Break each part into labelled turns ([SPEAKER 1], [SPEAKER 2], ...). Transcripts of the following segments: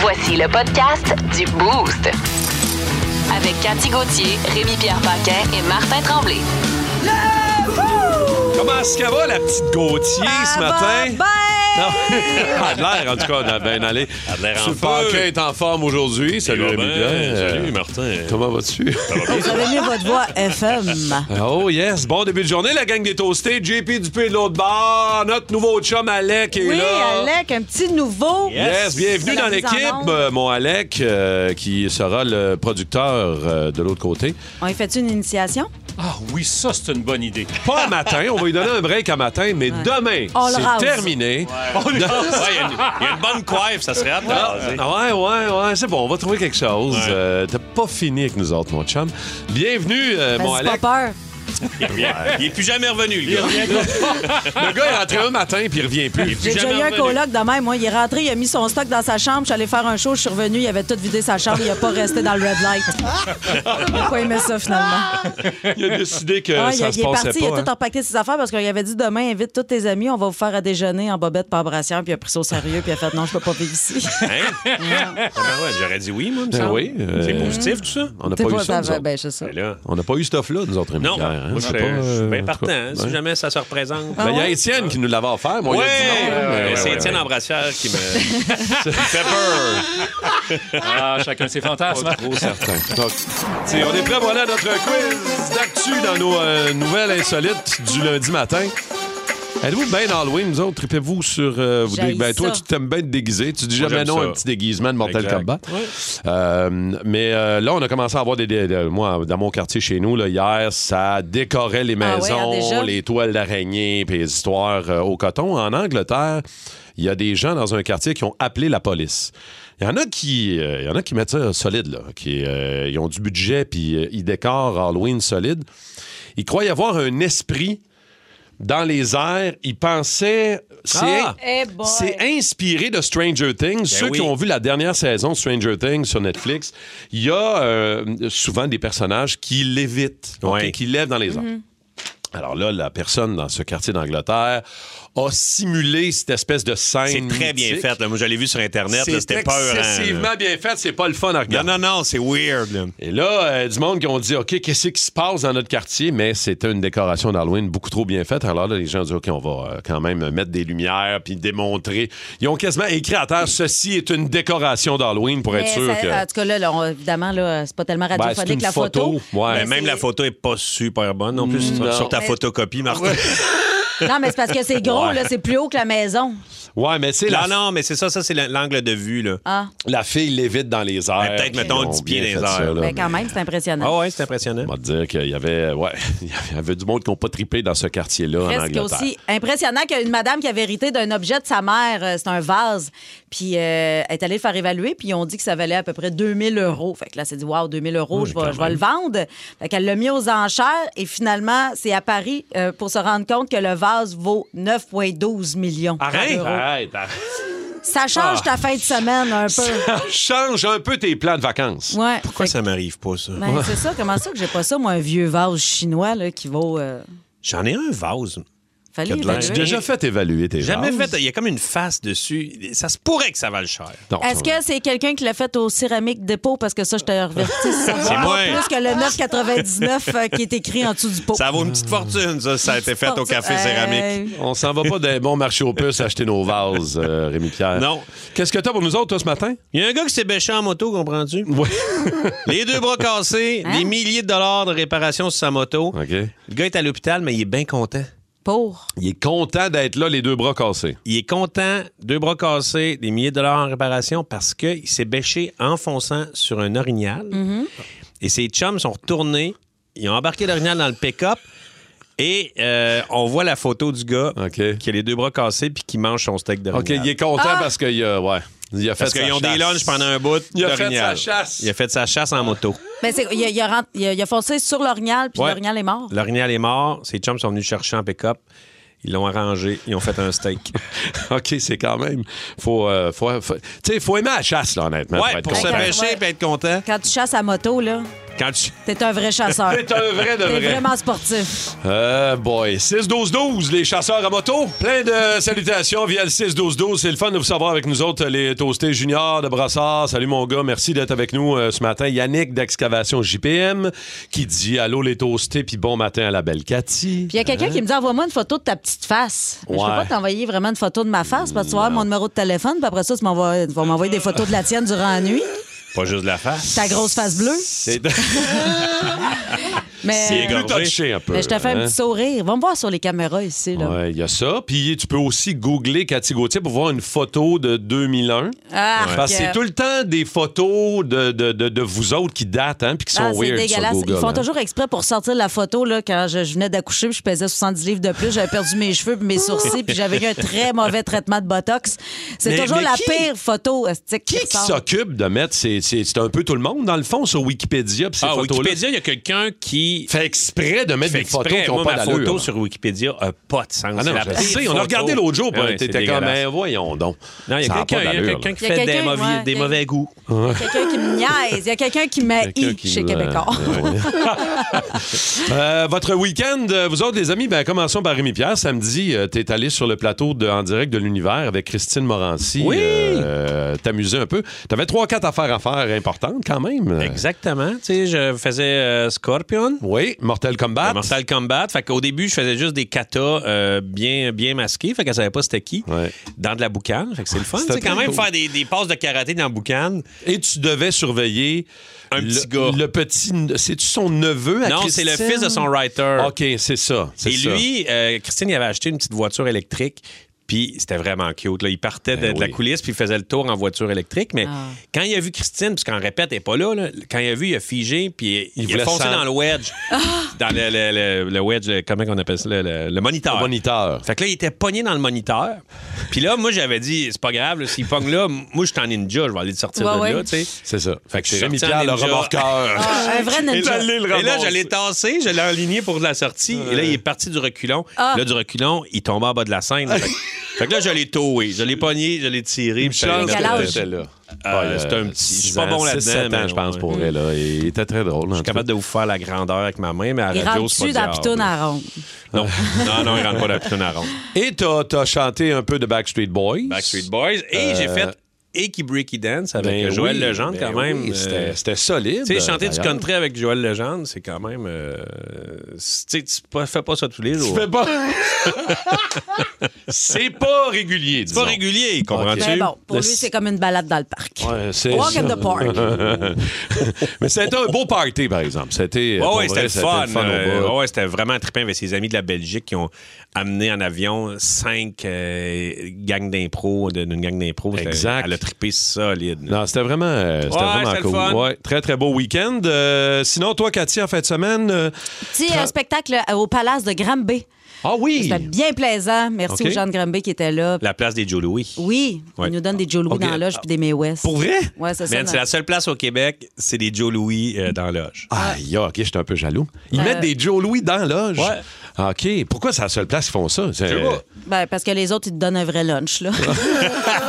[SPEAKER 1] Voici le podcast du Boost. Avec Cathy Gauthier, Rémi-Pierre Paquin et Martin Tremblay.
[SPEAKER 2] Comment est-ce qu'elle va, la petite Gauthier, ce
[SPEAKER 3] Ah,
[SPEAKER 2] matin?
[SPEAKER 3] bah, ben!
[SPEAKER 2] Non, elle a l'air, en tout cas, on a bien allé.
[SPEAKER 4] Elle a de l'air en
[SPEAKER 2] Ce
[SPEAKER 4] feu.
[SPEAKER 2] Paquin est en forme aujourd'hui. Salut,
[SPEAKER 4] va
[SPEAKER 2] Rémi
[SPEAKER 4] bien.
[SPEAKER 2] Pierre.
[SPEAKER 4] Salut, Martin.
[SPEAKER 2] Comment vas-tu?
[SPEAKER 3] Vous avez mis votre voix FM.
[SPEAKER 2] Oh yes, bon début de journée la gang des toastés, JP Dupé de l'autre bar, notre nouveau chum Alec est
[SPEAKER 3] Oui,
[SPEAKER 2] là.
[SPEAKER 3] Alec, un petit nouveau.
[SPEAKER 2] Yes, bienvenue
[SPEAKER 3] La
[SPEAKER 2] dans
[SPEAKER 3] mise en
[SPEAKER 2] l'équipe,
[SPEAKER 3] onde.
[SPEAKER 2] euh, mon Alec, euh, qui sera le producteur euh, de l'autre côté.
[SPEAKER 3] On y fait une initiation?
[SPEAKER 4] Ah oui, ça, c'est une bonne idée.
[SPEAKER 2] Pas à matin, on va lui donner un break à matin, mais demain,
[SPEAKER 3] On le rase.
[SPEAKER 2] c'est terminé.
[SPEAKER 4] Ouais, Il y, a une- il y a une bonne coiffe, ça serait à te raser.
[SPEAKER 2] Ah ouais, ouais, ouais, c'est bon, on va trouver quelque chose.
[SPEAKER 4] Ouais.
[SPEAKER 2] Euh, T'as pas fini avec nous autres, mon chum. Bienvenue, euh, mon
[SPEAKER 3] Vas-y, Ben, pas
[SPEAKER 2] Alec.
[SPEAKER 3] peur.
[SPEAKER 4] Il revient. Il est plus jamais revenu, le gars.
[SPEAKER 2] Le gars est rentré un matin, puis il revient plus.
[SPEAKER 3] J'ai déjà eu un coloc de même. Moi, il est rentré, il a mis son stock dans sa chambre. Je suis allée faire un show, je suis revenue, il avait tout vidé sa chambre, il a pas resté dans le red light. Pourquoi il met ça finalement?
[SPEAKER 2] Il a décidé que
[SPEAKER 3] Ah, il,
[SPEAKER 2] ça
[SPEAKER 3] il
[SPEAKER 2] se
[SPEAKER 3] est
[SPEAKER 2] passait
[SPEAKER 3] parti,
[SPEAKER 2] pas.
[SPEAKER 3] il a
[SPEAKER 2] hein.
[SPEAKER 3] tout empaqueté ses affaires parce qu'il avait dit demain, invite tous tes amis, on va vous faire à déjeuner en bobette par brassière. Puis il a pris ça au sérieux, puis il a fait non, je peux pas vivre ici.
[SPEAKER 4] Hein? Ah ouais, J'aurais dit oui, moi, me
[SPEAKER 2] Ben
[SPEAKER 4] semble.
[SPEAKER 2] oui, euh,
[SPEAKER 4] C'est positif, tout ça?
[SPEAKER 2] On n'a
[SPEAKER 3] T'es
[SPEAKER 2] pas,
[SPEAKER 3] pas
[SPEAKER 2] eu ça, nous
[SPEAKER 3] ça,
[SPEAKER 2] autres.
[SPEAKER 3] ben, c'est ça.
[SPEAKER 4] Mais là,
[SPEAKER 2] On n'a pas eu ce stuff-là, nous autres, Rémi
[SPEAKER 4] non,
[SPEAKER 2] Pierre, hein.
[SPEAKER 4] moi, je
[SPEAKER 2] Je
[SPEAKER 4] suis
[SPEAKER 2] sais pas,
[SPEAKER 4] je suis
[SPEAKER 2] euh,
[SPEAKER 4] bien
[SPEAKER 2] en tout
[SPEAKER 4] partant.
[SPEAKER 2] cas,
[SPEAKER 4] hein,
[SPEAKER 2] ben.
[SPEAKER 4] Si jamais ça se représente.
[SPEAKER 3] Ah
[SPEAKER 2] Ben, Il y a Étienne qui nous l'avait offert. Moi, il a dit non,
[SPEAKER 4] Ouais,
[SPEAKER 2] mais
[SPEAKER 4] mais
[SPEAKER 2] ouais,
[SPEAKER 4] c'est
[SPEAKER 2] ouais,
[SPEAKER 4] Étienne
[SPEAKER 2] ouais.
[SPEAKER 4] en brassière qui me fait peur.
[SPEAKER 5] Ah, chacun ses fantasmes.
[SPEAKER 2] Trop certain. Donc, t'sais, on est prêt, voilà, notre quiz d'actu dans nos euh, nouvelles insolites du lundi matin. Êtes-vous bien dans Halloween, nous autres? Tripez-vous sur... euh, vous
[SPEAKER 3] J'haïs
[SPEAKER 2] ben, toi,
[SPEAKER 3] ça.
[SPEAKER 2] tu t'aimes bien te déguiser. Tu dis
[SPEAKER 4] Moi,
[SPEAKER 2] jamais
[SPEAKER 4] j'aime
[SPEAKER 2] non à
[SPEAKER 4] ça.
[SPEAKER 2] un petit déguisement de Mortal
[SPEAKER 4] Exact.
[SPEAKER 2] Kombat. Euh, mais euh, là, on a commencé à avoir des... des- des- moi, dans mon quartier chez nous, là, hier, ça décorait les
[SPEAKER 3] Ah ouais,
[SPEAKER 2] maisons,
[SPEAKER 3] ah, déjà?
[SPEAKER 2] les toiles d'araignée, puis les histoires euh, au coton. En Angleterre, il y a des gens dans un quartier qui ont appelé la police. Il y en a qui, euh, il y en a qui mettent ça solide, là, qui euh, ils ont du budget, puis euh, ils décorent Halloween solide. Ils croient y avoir un esprit dans les airs. Ils pensaient... C'est
[SPEAKER 4] Ah! Ben
[SPEAKER 3] Eh boy.
[SPEAKER 2] c'est inspiré de Stranger Things. Ceux
[SPEAKER 4] oui.
[SPEAKER 2] qui ont vu la dernière saison de Stranger Things sur Netflix, il y a euh, souvent des personnages qui lévitent, ok,
[SPEAKER 4] Ouais.
[SPEAKER 2] qui lèvent dans les airs. Alors là, la personne dans ce quartier d'Angleterre a simulé cette espèce de
[SPEAKER 4] C'est
[SPEAKER 2] scène.
[SPEAKER 4] très bien
[SPEAKER 2] mythique.
[SPEAKER 4] fait. là. Moi, je l'ai vu sur Internet. là,
[SPEAKER 2] C'est
[SPEAKER 4] C'était peur. hein,
[SPEAKER 2] excessivement bien fait. C'est pas le fun à
[SPEAKER 4] Non,
[SPEAKER 2] regarder.
[SPEAKER 4] non, non, c'est weird. là.
[SPEAKER 2] Et là, euh, du monde qui ont dit, OK, qu'est-ce qui se passe dans notre quartier? Mais c'était une décoration d'Halloween beaucoup trop bien faite. Alors là, les gens ont dit, OK, on va euh, quand même mettre des lumières puis démontrer. Ils ont quasiment écrit à terre, ceci est une décoration d'Halloween pour être
[SPEAKER 3] Mais
[SPEAKER 2] sûr
[SPEAKER 3] ça-
[SPEAKER 2] que...
[SPEAKER 3] En tout cas, là, là, on- évidemment, là, c'est pas tellement
[SPEAKER 2] Ben,
[SPEAKER 3] radiophonique
[SPEAKER 2] c'est une
[SPEAKER 3] la photo.
[SPEAKER 2] photo. Ouais.
[SPEAKER 4] Mais
[SPEAKER 2] Mais
[SPEAKER 4] même
[SPEAKER 3] c'est-
[SPEAKER 4] la photo est pas super bonne non plus sur-
[SPEAKER 2] Non.
[SPEAKER 4] sur ta
[SPEAKER 3] Mais-
[SPEAKER 4] photocopie, Martin.
[SPEAKER 3] Non, mais c'est parce que c'est gros,
[SPEAKER 2] Ouais.
[SPEAKER 3] là, c'est plus haut que la maison.
[SPEAKER 2] Ouais, mais c'est la,
[SPEAKER 4] Non, non, mais c'est ça, ça, c'est la- l'angle de vue, là.
[SPEAKER 3] Ah,
[SPEAKER 2] la fille lévite dans les airs.
[SPEAKER 4] Ben, peut-être,
[SPEAKER 2] Ils
[SPEAKER 4] mettons,
[SPEAKER 2] ont
[SPEAKER 4] 10 pieds
[SPEAKER 2] bien
[SPEAKER 4] dans les
[SPEAKER 2] fait ça,
[SPEAKER 4] airs.
[SPEAKER 2] Ah,
[SPEAKER 3] ben
[SPEAKER 2] là, mais-
[SPEAKER 3] quand même, c'est impressionnant.
[SPEAKER 4] Ah ouais, c'est impressionnant.
[SPEAKER 2] On va te dire qu'il y avait, ouais, il y avait du monde qui n'ont pas tripé dans ce quartier-là en
[SPEAKER 3] Presque
[SPEAKER 2] Angleterre.
[SPEAKER 3] aussi impressionnant qu'une madame qui avait hérité d'un objet de sa mère, euh, c'est un vase, puis euh, elle est allée le faire évaluer, puis ils ont dit que ça valait à peu près 2000 euros. Fait que là, c'est dit, wow, 2000 euros, je, vais, je vais le vendre. Fait qu'elle l'a mis aux enchères, et finalement, c'est à Paris euh, pour se rendre compte que le vase vaut 9,12 millions.
[SPEAKER 2] Arrête,
[SPEAKER 3] d'euros.
[SPEAKER 2] arrête, Ah. arrête.
[SPEAKER 3] Ça change ta fin de semaine un peu.
[SPEAKER 2] Change un peu tes plans de vacances.
[SPEAKER 3] Ouais.
[SPEAKER 4] Pourquoi ça m'arrive pas, ça?
[SPEAKER 3] Ben, c'est ça, comment ça que j'ai pas ça, moi, un vieux vase chinois là, qui vaut. euh,
[SPEAKER 4] J'en ai un vase.
[SPEAKER 3] Fallait
[SPEAKER 4] Quatre linges.
[SPEAKER 2] Tu as
[SPEAKER 3] évaluer.
[SPEAKER 2] déjà fait évaluer tes
[SPEAKER 4] Jamais
[SPEAKER 2] vases?
[SPEAKER 4] fait. Il y a comme une face dessus. Ça se pourrait que ça vaille cher.
[SPEAKER 2] Non,
[SPEAKER 3] Est-ce
[SPEAKER 2] ça-
[SPEAKER 3] que c'est quelqu'un qui l'a fait au céramique dépôt? Parce que ça, je te revertis. Ça vaut pas
[SPEAKER 4] moi.
[SPEAKER 3] plus que le 9,99 euh, qui est écrit en dessous du pot.
[SPEAKER 4] Ça vaut une petite fortune, ça, si ça a été fait au café céramique.
[SPEAKER 3] Euh,
[SPEAKER 2] On s'en va pas d'un bon marché aux puces acheter nos vases, euh, Rémi Pierre.
[SPEAKER 4] Non.
[SPEAKER 2] Qu'est-ce que t'as pour nous autres, toi, ce matin?
[SPEAKER 4] Il y a un gars qui s'est bêché en moto, comprends-tu?
[SPEAKER 2] Oui.
[SPEAKER 4] Les deux bras cassés,
[SPEAKER 3] Hein?
[SPEAKER 4] des milliers de dollars de réparation sur sa moto.
[SPEAKER 2] OK.
[SPEAKER 4] Le gars est à l'hôpital, mais il est bien content.
[SPEAKER 3] pour.
[SPEAKER 2] Il est content d'être là, les deux bras cassés.
[SPEAKER 4] Il est content, deux bras cassés, des milliers de dollars en réparation parce qu'il s'est bêché en fonçant sur un orignal.
[SPEAKER 3] Mm.
[SPEAKER 4] Et ses chums sont retournés. Ils ont embarqué l'orignal dans le pick-up. Et euh, on voit la photo du gars
[SPEAKER 2] OK.
[SPEAKER 4] qui a les deux bras cassés puis qui mange son steak d'orignal.
[SPEAKER 2] OK, il est content parce qu'il a, ouais, il a fait
[SPEAKER 4] Parce
[SPEAKER 2] sa
[SPEAKER 4] qu'ils ont des
[SPEAKER 2] chasse.
[SPEAKER 4] lunchs pendant un bout.
[SPEAKER 2] Il a fait
[SPEAKER 4] d'orignal.
[SPEAKER 2] sa chasse.
[SPEAKER 4] Il a fait sa chasse en moto.
[SPEAKER 3] Mais c'est, il, a, il a rent- il a- il a foncé sur l'orignal, puis
[SPEAKER 4] Ouais.
[SPEAKER 3] l'orignal est mort.
[SPEAKER 4] L'orignal est mort. Ses chums sont venus le chercher en pick-up. Ils l'ont arrangé. Ils ont fait un steak.
[SPEAKER 2] OK, c'est quand même... Faut, euh, faut, faut- tu sais, faut aimer la chasse, là, honnêtement,
[SPEAKER 4] ouais,
[SPEAKER 2] pour être
[SPEAKER 4] pour se
[SPEAKER 2] content.
[SPEAKER 3] bêcher.
[SPEAKER 4] pêcher et être content.
[SPEAKER 3] Quand tu chasses à moto, là,
[SPEAKER 4] Quand tu...
[SPEAKER 3] T'es un vrai chasseur.
[SPEAKER 2] C'est un vrai de
[SPEAKER 3] T'es
[SPEAKER 2] vrai.
[SPEAKER 3] vraiment sportif.
[SPEAKER 2] Euh, boy. 6-12-12, les chasseurs à moto. Plein de salutations via le 6-12-12. C'est le fun de vous savoir avec nous autres, les toastés juniors de Brassard. Salut mon gars, merci d'être avec nous euh, ce matin. Yannick d'Excavation JPM qui dit Allô les toastés, puis bon matin à la belle Cathy.
[SPEAKER 3] Puis il y a quelqu'un qui me dit envoie-moi une photo de ta petite face. Mais Je peux
[SPEAKER 2] Ouais.
[SPEAKER 3] pas t'envoyer vraiment une photo de ma face parce que tu vas avoir mon numéro de téléphone, puis après ça, tu m'envoies- tu vas m'envoyer des photos de la tienne durant la nuit,
[SPEAKER 4] Pas juste de la face.
[SPEAKER 3] ta grosse face bleue.
[SPEAKER 2] C'est
[SPEAKER 3] Mais, euh,
[SPEAKER 4] C'est
[SPEAKER 2] plus
[SPEAKER 4] Égorgé.
[SPEAKER 2] touché un peu.
[SPEAKER 3] mais Ben, je te fais un
[SPEAKER 2] hein?
[SPEAKER 3] petit sourire. Va me voir sur les caméras ici. Là.
[SPEAKER 2] Ouais, il y a ça. Puis tu peux aussi googler Cathy Gauthier pour voir une photo de 2001.
[SPEAKER 3] Ah,
[SPEAKER 2] Parce que
[SPEAKER 3] que-
[SPEAKER 2] c'est tout le temps des photos de, de, de, de vous autres qui datent, hein, puis qui sont
[SPEAKER 3] Ah, c'est
[SPEAKER 2] weird
[SPEAKER 3] dégueulasse.
[SPEAKER 2] sur Google.
[SPEAKER 3] Ils font
[SPEAKER 2] hein.
[SPEAKER 3] toujours exprès pour sortir la photo. Là, quand je, je venais d'accoucher, puis je pesais 70 livres de plus, j'avais perdu mes cheveux, puis mes sourcils, puis j'avais eu un très mauvais traitement de botox. C'est
[SPEAKER 2] Mais-
[SPEAKER 3] toujours
[SPEAKER 2] mais
[SPEAKER 3] la
[SPEAKER 2] qui-
[SPEAKER 3] pire photo esthétique
[SPEAKER 2] Qui qui
[SPEAKER 3] sort.
[SPEAKER 2] s'occupe de mettre ces- ces- C'est un peu tout le monde, dans le fond, sur Wikipédia, pis ces
[SPEAKER 4] Ah,
[SPEAKER 2] photos-là.
[SPEAKER 4] Wikipédia, il y a quelqu'un qui
[SPEAKER 2] Fait exprès de mettre
[SPEAKER 4] fait
[SPEAKER 2] des photos
[SPEAKER 4] exprès.
[SPEAKER 2] qui n'ont
[SPEAKER 4] Moi,
[SPEAKER 2] pas
[SPEAKER 4] ma
[SPEAKER 2] d'allure.
[SPEAKER 4] photo sur Wikipédia n'a pas de sens.
[SPEAKER 2] Ah non,
[SPEAKER 4] C'est la
[SPEAKER 2] je
[SPEAKER 4] pire
[SPEAKER 2] sais, on a
[SPEAKER 4] photo.
[SPEAKER 2] regardé l'autre jour,
[SPEAKER 4] Ah
[SPEAKER 2] puis
[SPEAKER 4] ouais, c'est
[SPEAKER 2] t'étais comme,
[SPEAKER 4] dégueulasse.
[SPEAKER 2] ben voyons donc.
[SPEAKER 4] Non, il y
[SPEAKER 2] Ça
[SPEAKER 4] a
[SPEAKER 2] a
[SPEAKER 4] quelqu'un
[SPEAKER 2] pas
[SPEAKER 4] il y a
[SPEAKER 2] d'allure,
[SPEAKER 4] quelqu'un qui
[SPEAKER 3] Il y a
[SPEAKER 4] fait des
[SPEAKER 3] quelqu'un,
[SPEAKER 4] mauvais-
[SPEAKER 3] ouais,
[SPEAKER 4] des
[SPEAKER 3] il y a-
[SPEAKER 4] mauvais goûts.
[SPEAKER 3] Il y a quelqu'un qui me niaise. Il y a quelqu'un qui m'a
[SPEAKER 2] Quelqu'un qui
[SPEAKER 3] chez
[SPEAKER 2] me-
[SPEAKER 3] Québécois.
[SPEAKER 2] Euh, votre week-end, euh, vous autres, les amis, ben, commençons par Rémi Pierre. Samedi, euh, t'es allé sur le plateau de, en direct de l'univers avec Christine Morancy.
[SPEAKER 4] Oui!
[SPEAKER 2] Euh, T'amuser un peu. T'avais trois, quatre affaires à faire importantes quand
[SPEAKER 4] Ben,
[SPEAKER 2] même.
[SPEAKER 4] Exactement. Tu sais, je faisais euh, Scorpion. Euh,
[SPEAKER 2] Oui, Mortal Kombat.
[SPEAKER 4] Mortal Kombat. Fait qu'au début, je faisais juste des katas euh, bien, bien masqués. Fait qu'elle savait pas c'était qui.
[SPEAKER 2] Ouais.
[SPEAKER 4] Dans de la boucane. Fait que c'est le fun.
[SPEAKER 2] C'était
[SPEAKER 4] Tu sais, quand
[SPEAKER 2] très
[SPEAKER 4] même,
[SPEAKER 2] cool.
[SPEAKER 4] faire des, des passes de karaté dans la boucane.
[SPEAKER 2] Et tu devais surveiller
[SPEAKER 4] Un
[SPEAKER 2] le,
[SPEAKER 4] petit gars.
[SPEAKER 2] Le petit, c'est-tu son neveu à
[SPEAKER 4] Non, c'est
[SPEAKER 2] Christine?
[SPEAKER 4] le fils de son writer.
[SPEAKER 2] Ok, c'est ça. c'est
[SPEAKER 4] Et
[SPEAKER 2] ça.
[SPEAKER 4] lui, euh, Christine, il avait acheté une petite voiture électrique. Puis c'était vraiment cute. Là. Il partait de,
[SPEAKER 2] Ben
[SPEAKER 4] de la
[SPEAKER 2] oui.
[SPEAKER 4] coulisse puis il faisait le tour en voiture électrique. Mais
[SPEAKER 3] Ah.
[SPEAKER 4] quand il a vu Christine, puisqu'en répète, elle n'est pas là, là, quand il a vu, il a figé puis
[SPEAKER 2] Il
[SPEAKER 4] il,
[SPEAKER 2] voulait
[SPEAKER 4] a foncé
[SPEAKER 2] s'en-
[SPEAKER 4] dans le wedge.
[SPEAKER 3] Ah!
[SPEAKER 4] dans le, le- le- le wedge, le- comment on appelle ça? Le, le- le moniteur.
[SPEAKER 2] Le moniteur.
[SPEAKER 4] Fait que là, il était pogné dans le moniteur. Puis là, moi, j'avais dit, c'est pas grave, là, s'il pogne là, m- moi, je suis en ninja, je vais aller le sortir
[SPEAKER 3] Ouais,
[SPEAKER 4] de
[SPEAKER 3] ouais.
[SPEAKER 4] là, tu sais.
[SPEAKER 2] C'est ça. Fait que
[SPEAKER 4] Je
[SPEAKER 2] c'est
[SPEAKER 4] suis
[SPEAKER 2] Rémi
[SPEAKER 4] sorti en
[SPEAKER 2] Pierre, le
[SPEAKER 4] ninja.
[SPEAKER 2] remorqueur.
[SPEAKER 3] Ah, un vrai ninja.
[SPEAKER 2] allé le
[SPEAKER 4] Et là,
[SPEAKER 2] ramasser.
[SPEAKER 4] j'allais tasser, je l'ai aligné pour la sortie. Et là, il est parti du reculon.
[SPEAKER 3] Ah.
[SPEAKER 4] Là, du reculon, il tombe en bas de la scène. Fait que- fait que là, je l'ai towé. Je l'ai pogné, je l'ai tiré. puis je suis allé
[SPEAKER 3] chance
[SPEAKER 4] le
[SPEAKER 3] que
[SPEAKER 4] mettre-
[SPEAKER 3] t'étais
[SPEAKER 2] là.
[SPEAKER 4] Euh, c'est un petit- je suis pas bon là-dedans,
[SPEAKER 2] 7 ans,
[SPEAKER 4] mais
[SPEAKER 2] je pense,
[SPEAKER 4] ouais.
[SPEAKER 2] pour elle. là. Il était très drôle. en
[SPEAKER 4] Je suis
[SPEAKER 2] tout
[SPEAKER 4] capable de vous faire la grandeur avec ma main, mais à
[SPEAKER 3] Il
[SPEAKER 4] la radio,
[SPEAKER 3] rentre
[SPEAKER 4] c'est
[SPEAKER 3] dessus
[SPEAKER 4] pas
[SPEAKER 3] dans la
[SPEAKER 4] diable.
[SPEAKER 3] pitoune à ronde.
[SPEAKER 4] Non, non, non, il rentre pas dans la pitoune à ronde.
[SPEAKER 2] Et t'as as chanté un peu de Backstreet Boys.
[SPEAKER 4] Backstreet Boys. Et j'ai fait Aki Breaky Dance avec
[SPEAKER 2] Euh, Ben
[SPEAKER 4] Joël
[SPEAKER 2] oui,
[SPEAKER 4] Legendre,
[SPEAKER 2] ben
[SPEAKER 4] quand même.
[SPEAKER 2] oui,
[SPEAKER 4] Euh,
[SPEAKER 2] C'était c'était solide.
[SPEAKER 4] Tu sais, chanter du
[SPEAKER 2] d'ailleurs.
[SPEAKER 4] country avec Joël Legendre, c'est quand même. euh, c'est- tu sais, tu pas- fais pas ça tous les jours.
[SPEAKER 2] Fais pas. c'est pas régulier,
[SPEAKER 4] C'est pas régulier, comprends-tu?
[SPEAKER 3] Mais bon, pour
[SPEAKER 2] Le-
[SPEAKER 3] lui, c'est comme une balade dans le parc.
[SPEAKER 2] Ouais, c'est
[SPEAKER 3] Walk
[SPEAKER 2] ça.
[SPEAKER 3] in the park.
[SPEAKER 2] Mais c'était un beau party, par exemple.
[SPEAKER 4] Ouais,
[SPEAKER 2] C'était pour
[SPEAKER 4] ouais,
[SPEAKER 2] vrai,
[SPEAKER 4] c'était le fun.
[SPEAKER 2] au
[SPEAKER 4] euh,
[SPEAKER 2] bout.
[SPEAKER 4] ouais, c'était vraiment trippant avec ses amis de la Belgique qui ont amené en avion cinq euh, gangs d'impro, euh, de- d'une gang d'impro. C'était-
[SPEAKER 2] Exact.
[SPEAKER 4] Elle a trippé solide.
[SPEAKER 2] Non, c'était vraiment, euh, c'était
[SPEAKER 4] Ouais,
[SPEAKER 2] vraiment
[SPEAKER 4] c'était le
[SPEAKER 2] cool.
[SPEAKER 4] fun.
[SPEAKER 2] Ouais, très, très beau week-end. Euh, sinon, toi, Cathy, en fin de semaine. euh,
[SPEAKER 3] Petit euh, spectacle au palace de Granby.
[SPEAKER 2] Ah oui!
[SPEAKER 3] C'était bien plaisant. Merci
[SPEAKER 2] OK.
[SPEAKER 3] aux gens de Granby qui étaient là.
[SPEAKER 4] La place des Joe Louis.
[SPEAKER 3] Oui,
[SPEAKER 4] Ouais.
[SPEAKER 3] ils nous donnent des Joe Louis
[SPEAKER 2] OK.
[SPEAKER 3] dans la loge puis des May West.
[SPEAKER 2] Pour vrai? Ben,
[SPEAKER 3] Ouais, c'est ça.
[SPEAKER 4] Man,
[SPEAKER 3] dans-
[SPEAKER 4] Ben, c'est la seule place au Québec, c'est des Joe Louis euh, dans la loge.
[SPEAKER 2] Aïe, ah, ok, j'étais un peu jaloux. Ils
[SPEAKER 3] Euh,
[SPEAKER 2] mettent des Joe Louis dans la loge.
[SPEAKER 4] Ouais.
[SPEAKER 2] Ok, pourquoi c'est la seule place qu'ils font ça? C'est- euh,
[SPEAKER 4] sais pas.
[SPEAKER 3] Ben, parce que les autres, ils te donnent un vrai lunch, là.
[SPEAKER 2] Ah.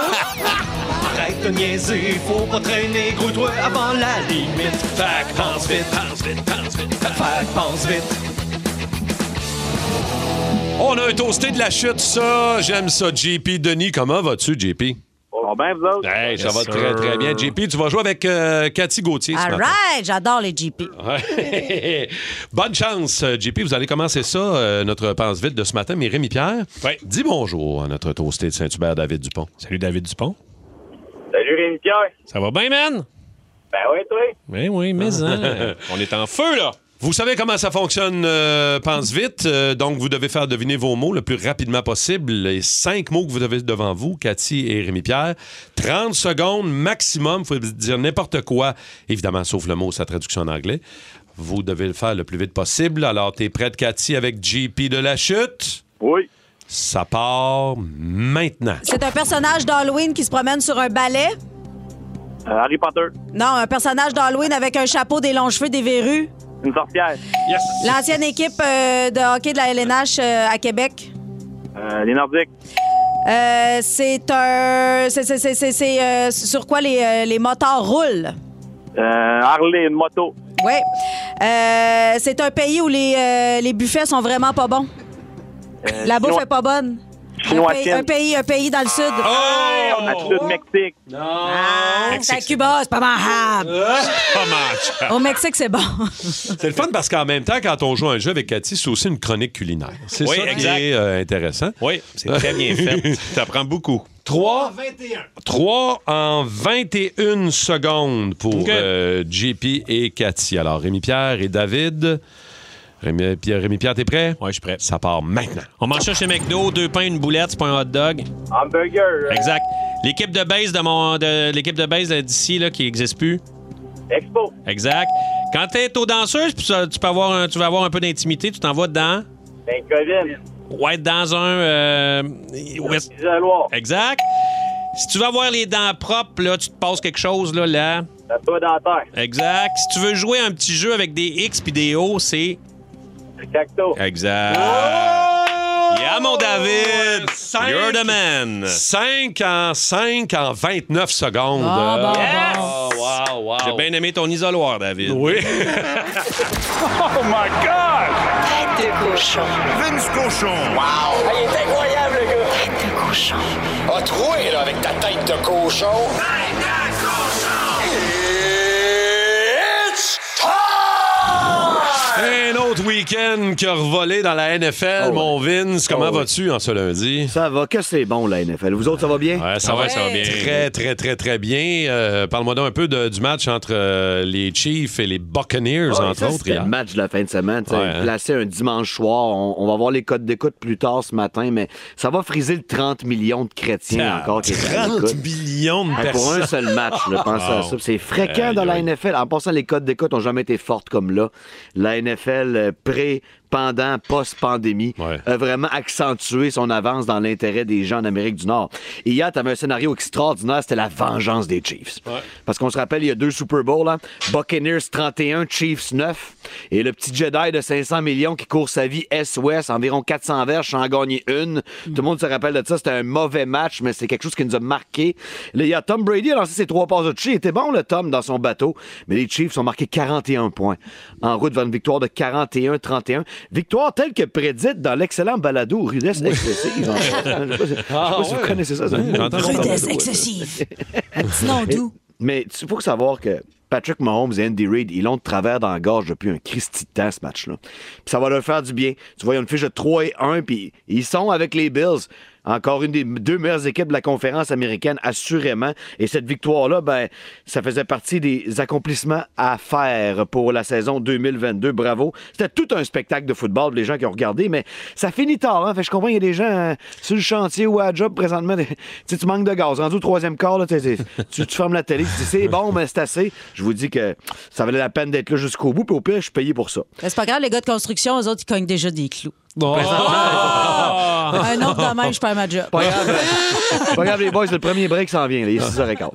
[SPEAKER 6] Arrête de niaiser, faut pas traîner, grouille-toi avant la limite. Fac, pense vite, pense vite, pense vite, fac, pense vite.
[SPEAKER 2] On a un toasté de la chute, ça. J'aime ça, JP. Denis, comment vas-tu, JP?
[SPEAKER 7] Bon, ben, vous autres.
[SPEAKER 2] Hey, ça
[SPEAKER 4] Yes,
[SPEAKER 2] va
[SPEAKER 4] sir.
[SPEAKER 2] très, très bien. JP, tu vas jouer avec euh, Cathy Gauthier ce
[SPEAKER 3] All
[SPEAKER 2] matin.
[SPEAKER 3] right, j'adore les GP.
[SPEAKER 2] Ouais. Bonne chance, euh, JP. Vous allez commencer ça, euh, notre pense vite de ce matin. Mais Rémi Pierre,
[SPEAKER 4] Ouais.
[SPEAKER 2] dis bonjour à notre toasté de Saint-Hubert, David Dupont.
[SPEAKER 4] Salut David Dupont.
[SPEAKER 7] Salut, Rémi Pierre.
[SPEAKER 4] Ça va bien, man?
[SPEAKER 7] Ben, ouais, toi.
[SPEAKER 4] Oui, oui, mais hein, on est en feu, là.
[SPEAKER 2] Vous savez comment ça fonctionne, euh, pense vite. Euh, donc, vous devez faire deviner vos mots le plus rapidement possible. Les cinq mots que vous avez devant vous, Cathy et Rémi Pierre. 30 secondes maximum. Vous pouvez dire n'importe quoi, évidemment, sauf le mot, sa traduction en anglais. Vous devez le faire le plus vite possible. Alors, t'es prête, Cathy, avec JP de la chute?
[SPEAKER 7] Oui.
[SPEAKER 2] Ça part maintenant.
[SPEAKER 3] C'est un personnage d'Halloween qui se promène sur un balai.
[SPEAKER 7] Euh, Harry Potter.
[SPEAKER 3] Non, un personnage d'Halloween avec un chapeau, des longs cheveux, des verrues.
[SPEAKER 7] Une sorcière.
[SPEAKER 3] L'ancienne équipe euh, de hockey de la LNH euh, à Québec.
[SPEAKER 7] Euh, les Nordiques.
[SPEAKER 3] Euh, c'est un. C'est, c'est- c'est- c'est- c'est, euh, sur quoi les, euh, les moteurs roulent.
[SPEAKER 7] Euh, Harley, une moto.
[SPEAKER 3] Oui. Euh, c'est un pays où les, euh, les buffets sont vraiment pas bons.
[SPEAKER 7] Euh,
[SPEAKER 3] La bouffe
[SPEAKER 7] Chinois-
[SPEAKER 3] est pas bonne. Un
[SPEAKER 7] Chinois
[SPEAKER 3] pays,
[SPEAKER 7] Chine.
[SPEAKER 3] un pays, un pays dans le sud.
[SPEAKER 7] Ah, Hey, on a tout
[SPEAKER 8] Oh.
[SPEAKER 7] de Mexique.
[SPEAKER 3] Ah, c'est à Cuba, c'est pas mangeable.
[SPEAKER 8] Euh.
[SPEAKER 2] Pas match.
[SPEAKER 3] Au Mexique, c'est bon.
[SPEAKER 2] C'est le fun parce qu'en même temps, quand on joue à un jeu avec Cathy, c'est aussi une chronique culinaire. C'est
[SPEAKER 4] Oui,
[SPEAKER 2] ça
[SPEAKER 4] exact.
[SPEAKER 2] qui est euh, intéressant.
[SPEAKER 4] Oui, c'est très bien fait. Ça prend beaucoup.
[SPEAKER 2] 3, 3 en 21 secondes pour
[SPEAKER 4] OK.
[SPEAKER 2] euh, JP et Cathy. Alors, Rémi-Pierre et David. Rémi-Pierre, Rémi-Pierre, t'es prêt?
[SPEAKER 4] Oui, je suis prêt.
[SPEAKER 2] Ça part maintenant.
[SPEAKER 4] On mange ça chez McDo, deux pains, une boulette, c'est pas un hot dog.
[SPEAKER 7] Hamburger. euh,
[SPEAKER 4] Exact. L'équipe de base de mon de l'équipe de base euh, d'ici là qui n'existe plus.
[SPEAKER 7] Expo.
[SPEAKER 4] Exact. Quand t'es aux danseuses, puis ça, tu peux avoir un, tu vas avoir un peu d'intimité, tu t'en vas dans
[SPEAKER 7] Ben, Colin.
[SPEAKER 4] ouais dans un euh, West-
[SPEAKER 7] Isoloir.
[SPEAKER 4] Exact. Si tu veux avoir les dents propres là, tu te passes quelque chose là là.
[SPEAKER 7] La soie dentaire.
[SPEAKER 4] Exact. Si tu veux jouer un petit jeu avec des X puis des O, c'est
[SPEAKER 7] Le cacto. Oh!
[SPEAKER 4] exact. Yeah, mon David.
[SPEAKER 2] Cinq.
[SPEAKER 4] You're the man.
[SPEAKER 2] 5 en 5 en 29 secondes.
[SPEAKER 3] Ah, bon,
[SPEAKER 2] Euh,
[SPEAKER 3] bon.
[SPEAKER 2] oh, wow, wow.
[SPEAKER 4] J'ai bien aimé ton isoloir, David.
[SPEAKER 2] Oui.
[SPEAKER 1] Tête de cochon.
[SPEAKER 8] Vince Cochon.
[SPEAKER 9] Ah, il est incroyable, le gars!
[SPEAKER 1] Tête de cochon.
[SPEAKER 9] A troué, là, avec ta tête de cochon. Tête de cochon! It's time!
[SPEAKER 2] Un autre week-end qui a revolé dans la
[SPEAKER 4] Oh,
[SPEAKER 2] NFL, mon Vince. Comment
[SPEAKER 8] Oh, ouais.
[SPEAKER 2] vas-tu en ce lundi?
[SPEAKER 8] Ça va, que c'est bon, la NFL. Vous autres, ça va bien?
[SPEAKER 2] Ouais, ça, va,
[SPEAKER 3] Ouais.
[SPEAKER 2] ça va bien. Très, très, très, très bien. Euh, Parle-moi donc un peu de- du match entre euh, les Chiefs et les Buccaneers,
[SPEAKER 8] Ouais,
[SPEAKER 2] entre
[SPEAKER 8] ça,
[SPEAKER 2] autres.
[SPEAKER 8] c'était
[SPEAKER 2] hier.
[SPEAKER 8] le match de la fin de semaine. tu sais,
[SPEAKER 2] Ouais, hein.
[SPEAKER 8] Placé un dimanche soir. On, on va voir les codes d'écoute plus tard ce matin, mais ça va friser le 30 millions de chrétiens encore qui étaient à
[SPEAKER 2] 30
[SPEAKER 8] l'écoute.
[SPEAKER 2] Ah, millions de
[SPEAKER 8] Hey, Ah, pour
[SPEAKER 2] personnes.
[SPEAKER 8] un seul match, je pense à ça. C'est fréquent
[SPEAKER 2] Aïe,
[SPEAKER 8] dans la
[SPEAKER 2] aïe.
[SPEAKER 8] NFL. En passant, les codes d'écoute n'ont jamais été fortes comme là. La NFL, euh, pré, pendant, post-pandémie,
[SPEAKER 2] Ouais.
[SPEAKER 8] a vraiment accentué son avance dans l'intérêt des gens en Amérique du Nord. Et Hier, tu avais un scénario extraordinaire, c'était la vengeance des Chiefs. Parce qu'on se rappelle, il y a deux Super Bowls, hein. Buccaneers 31, Chiefs 9. Et le petit Jedi de 500 millions qui court sa vie S-Ouest, environ 400 verges, en gagner une. Tout le monde se rappelle de ça. C'était un mauvais match, mais c'est quelque chose qui nous a marqué. Là, il y a Tom Brady a lancé ses trois passes de toucher. Il était bon, le Tom, dans son bateau. Mais les Chiefs ont marqué 41 points en route vers une victoire de 41-31. Victoire telle que prédite dans l'excellent balado Rudesse excessive. en fait. Je sais pas si- je sais
[SPEAKER 4] Ah,
[SPEAKER 8] pas si vous connaissez ça. ça.
[SPEAKER 2] Ah, Ouais, j'entends ça.
[SPEAKER 3] Rudesse excessive. Un petit nom doux.
[SPEAKER 8] Mais il faut savoir que Patrick Mahomes et Andy Reid, ils l'ont de travers dans la gorge depuis un Christi de temps, ce match-là. Puis ça va leur faire du bien. Tu vois, ils ont une fiche de 3 et 1, puis ils sont avec les Bills. Encore une des deux meilleures équipes de la conférence américaine, assurément. Et cette victoire-là, ben, ça faisait partie des accomplissements à faire pour la saison 2022. Bravo. C'était tout un spectacle de football pour les gens qui ont regardé, mais ça finit tard. Hein? Fait que je comprends qu'il y a des gens euh, sur le chantier ou à la job présentement. Tu sais, tu manques de gaz. Rendu au troisième quart, là, t'es- t'es- tu, tu fermes la télé, tu dis c'est bon, mais c'est assez. Je vous dis que ça valait la peine d'être là jusqu'au bout, puis au pire, je suis payé pour ça.
[SPEAKER 3] Mais C'est pas grave, les gars de construction, eux autres, ils cognent déjà des clous.
[SPEAKER 2] Oh!
[SPEAKER 3] Un autre de même, je perds ma job.
[SPEAKER 8] Ah. Pas grave, euh, pas grave, les boys, le premier break s'en vient, là, il est 6h15.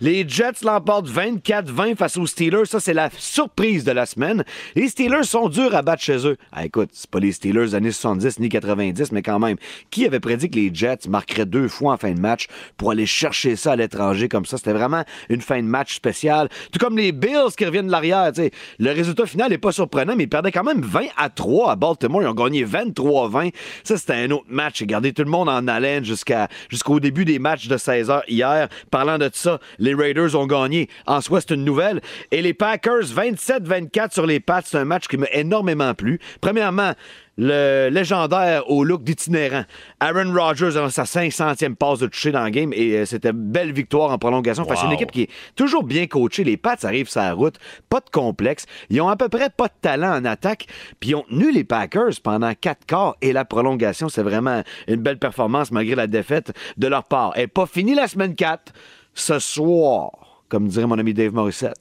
[SPEAKER 8] les Jets l'emportent 24-20 face aux Steelers. Ça, c'est la surprise de la semaine. Les Steelers sont durs à battre chez eux. Ah, écoute, c'est pas les Steelers des années 70 ni 90, mais quand même, qui avait prédit que les Jets marqueraient deux fois en fin de match pour aller chercher ça à l'étranger comme ça? C'était vraiment une fin de match spéciale. Tout comme les Bills qui reviennent de l'arrière. tu sais. Le résultat final n'est pas surprenant, mais ils perdaient quand même 20 à 3 à Baltimore. Ils ont gagné 23-20. Ça, c'était un autre match. J'ai gardé tout le monde en haleine jusqu'à, jusqu'au début des matchs de 16h hier. Parlant de ça, les Raiders ont gagné. En soi, c'est une nouvelle. Et les Packers, 27-24 sur les Pats. C'est un match qui m'a énormément plu. Premièrement, le légendaire au look d'itinérant. Aaron Rodgers a sa 500e passe de toucher dans le game et euh, c'était belle victoire en prolongation. Enfin, c'est une équipe qui est toujours bien coachée. Les Pats arrivent sur la route, pas de complexe. Ils ont à peu près pas de talent en attaque. Puis ils ont tenu les Packers pendant quatre quarts et la prolongation. C'est vraiment une belle performance malgré la défaite de leur part. Et pas fini la semaine 4. Ce soir, comme dirait mon ami Dave Morissette,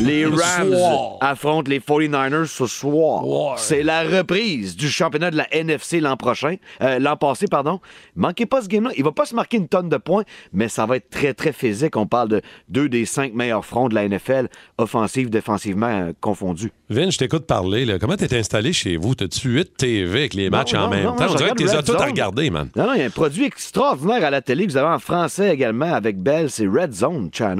[SPEAKER 8] les Rams affrontent les 49ers ce soir. C'est la reprise du championnat de la NFC l'an prochain, euh, l'an passé, pardon. Manquez pas ce game-là. Il va pas se marquer une tonne de points, mais ça va être très, très physique. On parle de deux des cinq meilleurs fronts de la NFL, offensive, défensivement euh, confondus.
[SPEAKER 2] Vin, je t'écoute parler. Là. Comment t'es installé chez vous? T'as-tu 8 TV avec les matchs
[SPEAKER 8] Non,
[SPEAKER 2] en
[SPEAKER 8] non,
[SPEAKER 2] même
[SPEAKER 8] non,
[SPEAKER 2] temps?
[SPEAKER 8] je
[SPEAKER 2] On dirait
[SPEAKER 8] regarde
[SPEAKER 2] que t'es
[SPEAKER 8] Red
[SPEAKER 2] tout à
[SPEAKER 8] Zone.
[SPEAKER 2] regarder, man.
[SPEAKER 8] Non, non, il y a un produit extraordinaire à la télé que vous avez en français également avec Bell, c'est Red Zone Channel.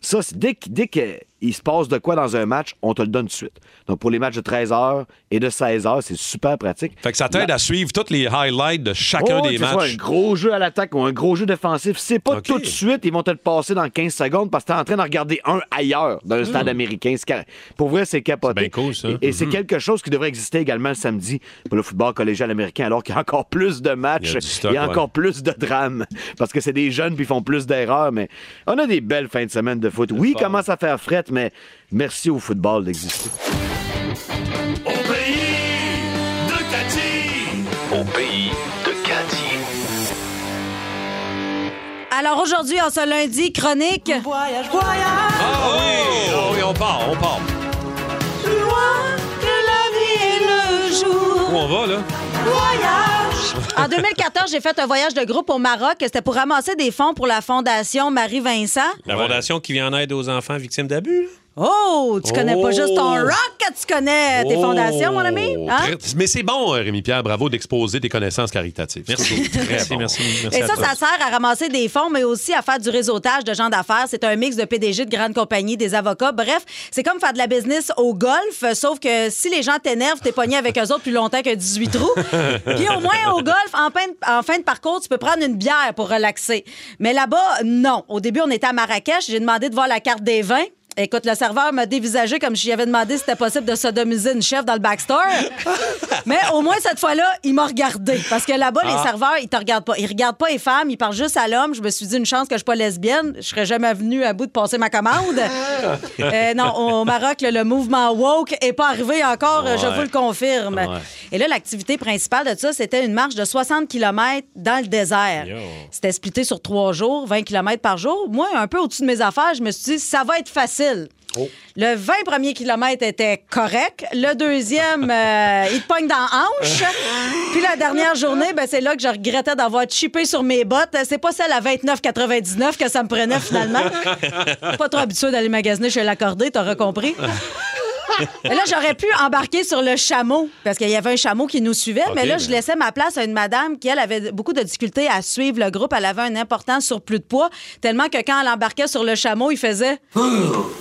[SPEAKER 8] Ça, c'est- dès, que- dès qu'il se passe de quoi dans un match, on te le donne tout de suite. Donc, pour les matchs de 13h et de 16h, c'est super pratique.
[SPEAKER 2] Fait que ça t'aide à suivre tous les highlights de chacun
[SPEAKER 8] Oh,
[SPEAKER 2] des
[SPEAKER 8] que ce soit
[SPEAKER 2] matchs.
[SPEAKER 8] un gros jeu à l'attaque ou un gros jeu défensif, c'est pas
[SPEAKER 2] Ok.
[SPEAKER 8] tout de suite, ils vont te le passer dans 15 secondes parce que t'es en train de regarder un ailleurs dans
[SPEAKER 2] Hmm.
[SPEAKER 8] le stade américain. C'est car- Pour vrai, c'est capoté.
[SPEAKER 4] bien cool, ça.
[SPEAKER 8] Et, et
[SPEAKER 2] Hmm.
[SPEAKER 8] c'est quelque chose qui devrait exister également le samedi pour le football collégial américain, alors qu'il y a encore plus de
[SPEAKER 2] Il
[SPEAKER 8] matchs,
[SPEAKER 2] y a du stock,
[SPEAKER 8] il y a encore
[SPEAKER 2] ouais.
[SPEAKER 8] plus de drames parce que c'est des jeunes puis ils font plus d'erreurs. Mais on a des belles fins de semaine de foot. Oui, commence à faire fret, mais merci au football d'exister.
[SPEAKER 9] Au pays de Cathy.
[SPEAKER 3] Alors aujourd'hui, en ce lundi, chronique.
[SPEAKER 2] Ah
[SPEAKER 8] Oh!
[SPEAKER 2] oui! Ah oui, on part, on part. Où on va, là?
[SPEAKER 3] En 2014, j'ai fait un voyage de groupe au Maroc. C'était pour ramasser des fonds pour la fondation Marie-Vincent.
[SPEAKER 4] La fondation qui vient en aide aux enfants victimes d'abus.
[SPEAKER 3] Oh, tu connais
[SPEAKER 2] Oh.
[SPEAKER 3] pas juste ton rock que tu connais tes
[SPEAKER 2] Oh!
[SPEAKER 3] fondations, mon ami. Hein?
[SPEAKER 2] Très- Mais c'est bon, Rémi-Pierre, bravo d'exposer tes connaissances caritatives.
[SPEAKER 4] Merci.
[SPEAKER 2] C'est très
[SPEAKER 4] merci,
[SPEAKER 2] bon.
[SPEAKER 4] merci, merci.
[SPEAKER 3] Et
[SPEAKER 4] à
[SPEAKER 3] ça,
[SPEAKER 4] toi.
[SPEAKER 3] ça sert à ramasser des fonds, mais aussi à faire du réseautage de gens d'affaires. C'est un mix de PDG, de grandes compagnies, des avocats. Bref, c'est comme faire de la business au golf, euh, sauf que si les gens t'énervent, t'es pogné avec eux autres plus longtemps que 18 trous. Puis au moins, au golf, en fin, de, en fin de parcours, tu peux prendre une bière pour relaxer. Mais là-bas, non. Au début, on était à Marrakech. J'ai demandé de voir la carte des vins. Écoute, le serveur m'a dévisagé comme si j'avais demandé si c'était possible de sodomiser une chef dans le backstore. Mais au moins, cette fois-là, il m'a regardé. Parce que là-bas, les serveurs, ils te regardent pas. Ils regardent pas les femmes, ils parlent juste à l'homme. Je me suis dit, une chance que je suis pas lesbienne, je serais jamais venue à bout de passer ma commande. Euh, non, au Maroc, le, le mouvement woke est pas arrivé encore, euh, je vous le confirme. Et là, l'activité principale de ça, c'était une marche de 60 km dans le désert. C'était splitté sur trois jours, 20 km par jour. Moi, un peu au-dessus de mes affaires, je me suis dit, ça va être facile. Le 20 premier kilomètre était correct. Le deuxième, euh, il te pogne dans la hanche. Puis la dernière journée, ben, c'est là que je regrettais d'avoir chippé sur mes bottes. C'est pas celle à 29,99 que ça me prenait finalement. pas trop habitué d'aller magasiner chez l'accordé, t'auras compris. Mais là, j'aurais pu embarquer sur le chameau, parce qu'il y avait un chameau qui nous suivait, mais là, je laissais ma place à une madame qui, elle, avait beaucoup de difficultés à suivre le groupe. Elle avait un important surplus de poids, tellement que quand elle embarquait sur le chameau, il faisait
[SPEAKER 9] Oh,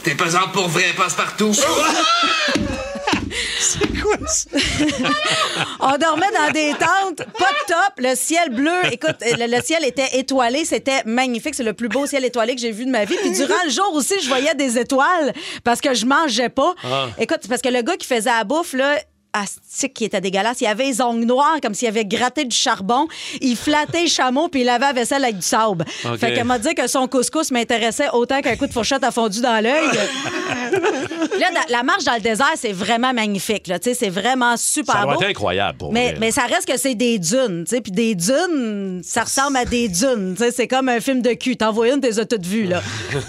[SPEAKER 9] T'es pesante pour vrai, passe-partout.
[SPEAKER 3] On dormait dans des tentes, pas de top, le ciel bleu. Écoute, le, le ciel était étoilé, c'était magnifique. C'est le plus beau ciel étoilé que j'ai vu de ma vie. Puis durant le jour aussi, je voyais des étoiles parce que je mangeais pas. Écoute, parce que le gars qui faisait la bouffe, là, astique qui était dégueulasse. Il avait les ongles noirs comme s'il avait gratté du charbon. Il flattait le chameau puis il lavait la vaisselle avec du sable.
[SPEAKER 2] OK.
[SPEAKER 3] Fait qu'elle m'a dit que son couscous m'intéressait autant qu'un coup de fourchette a fondu dans l'œil. Puis là, dans- la marche dans le désert, c'est vraiment magnifique. là. Tu sais, C'est vraiment super
[SPEAKER 2] Ça
[SPEAKER 3] beau.
[SPEAKER 2] doit être incroyable pour
[SPEAKER 3] Mais,
[SPEAKER 2] vrai.
[SPEAKER 3] mais ça reste que c'est des dunes, tu sais. Puis des dunes, ça ressemble à des dunes, tu sais. C'est comme un film de cul. T'en vois une, t'es as toutes vues, là.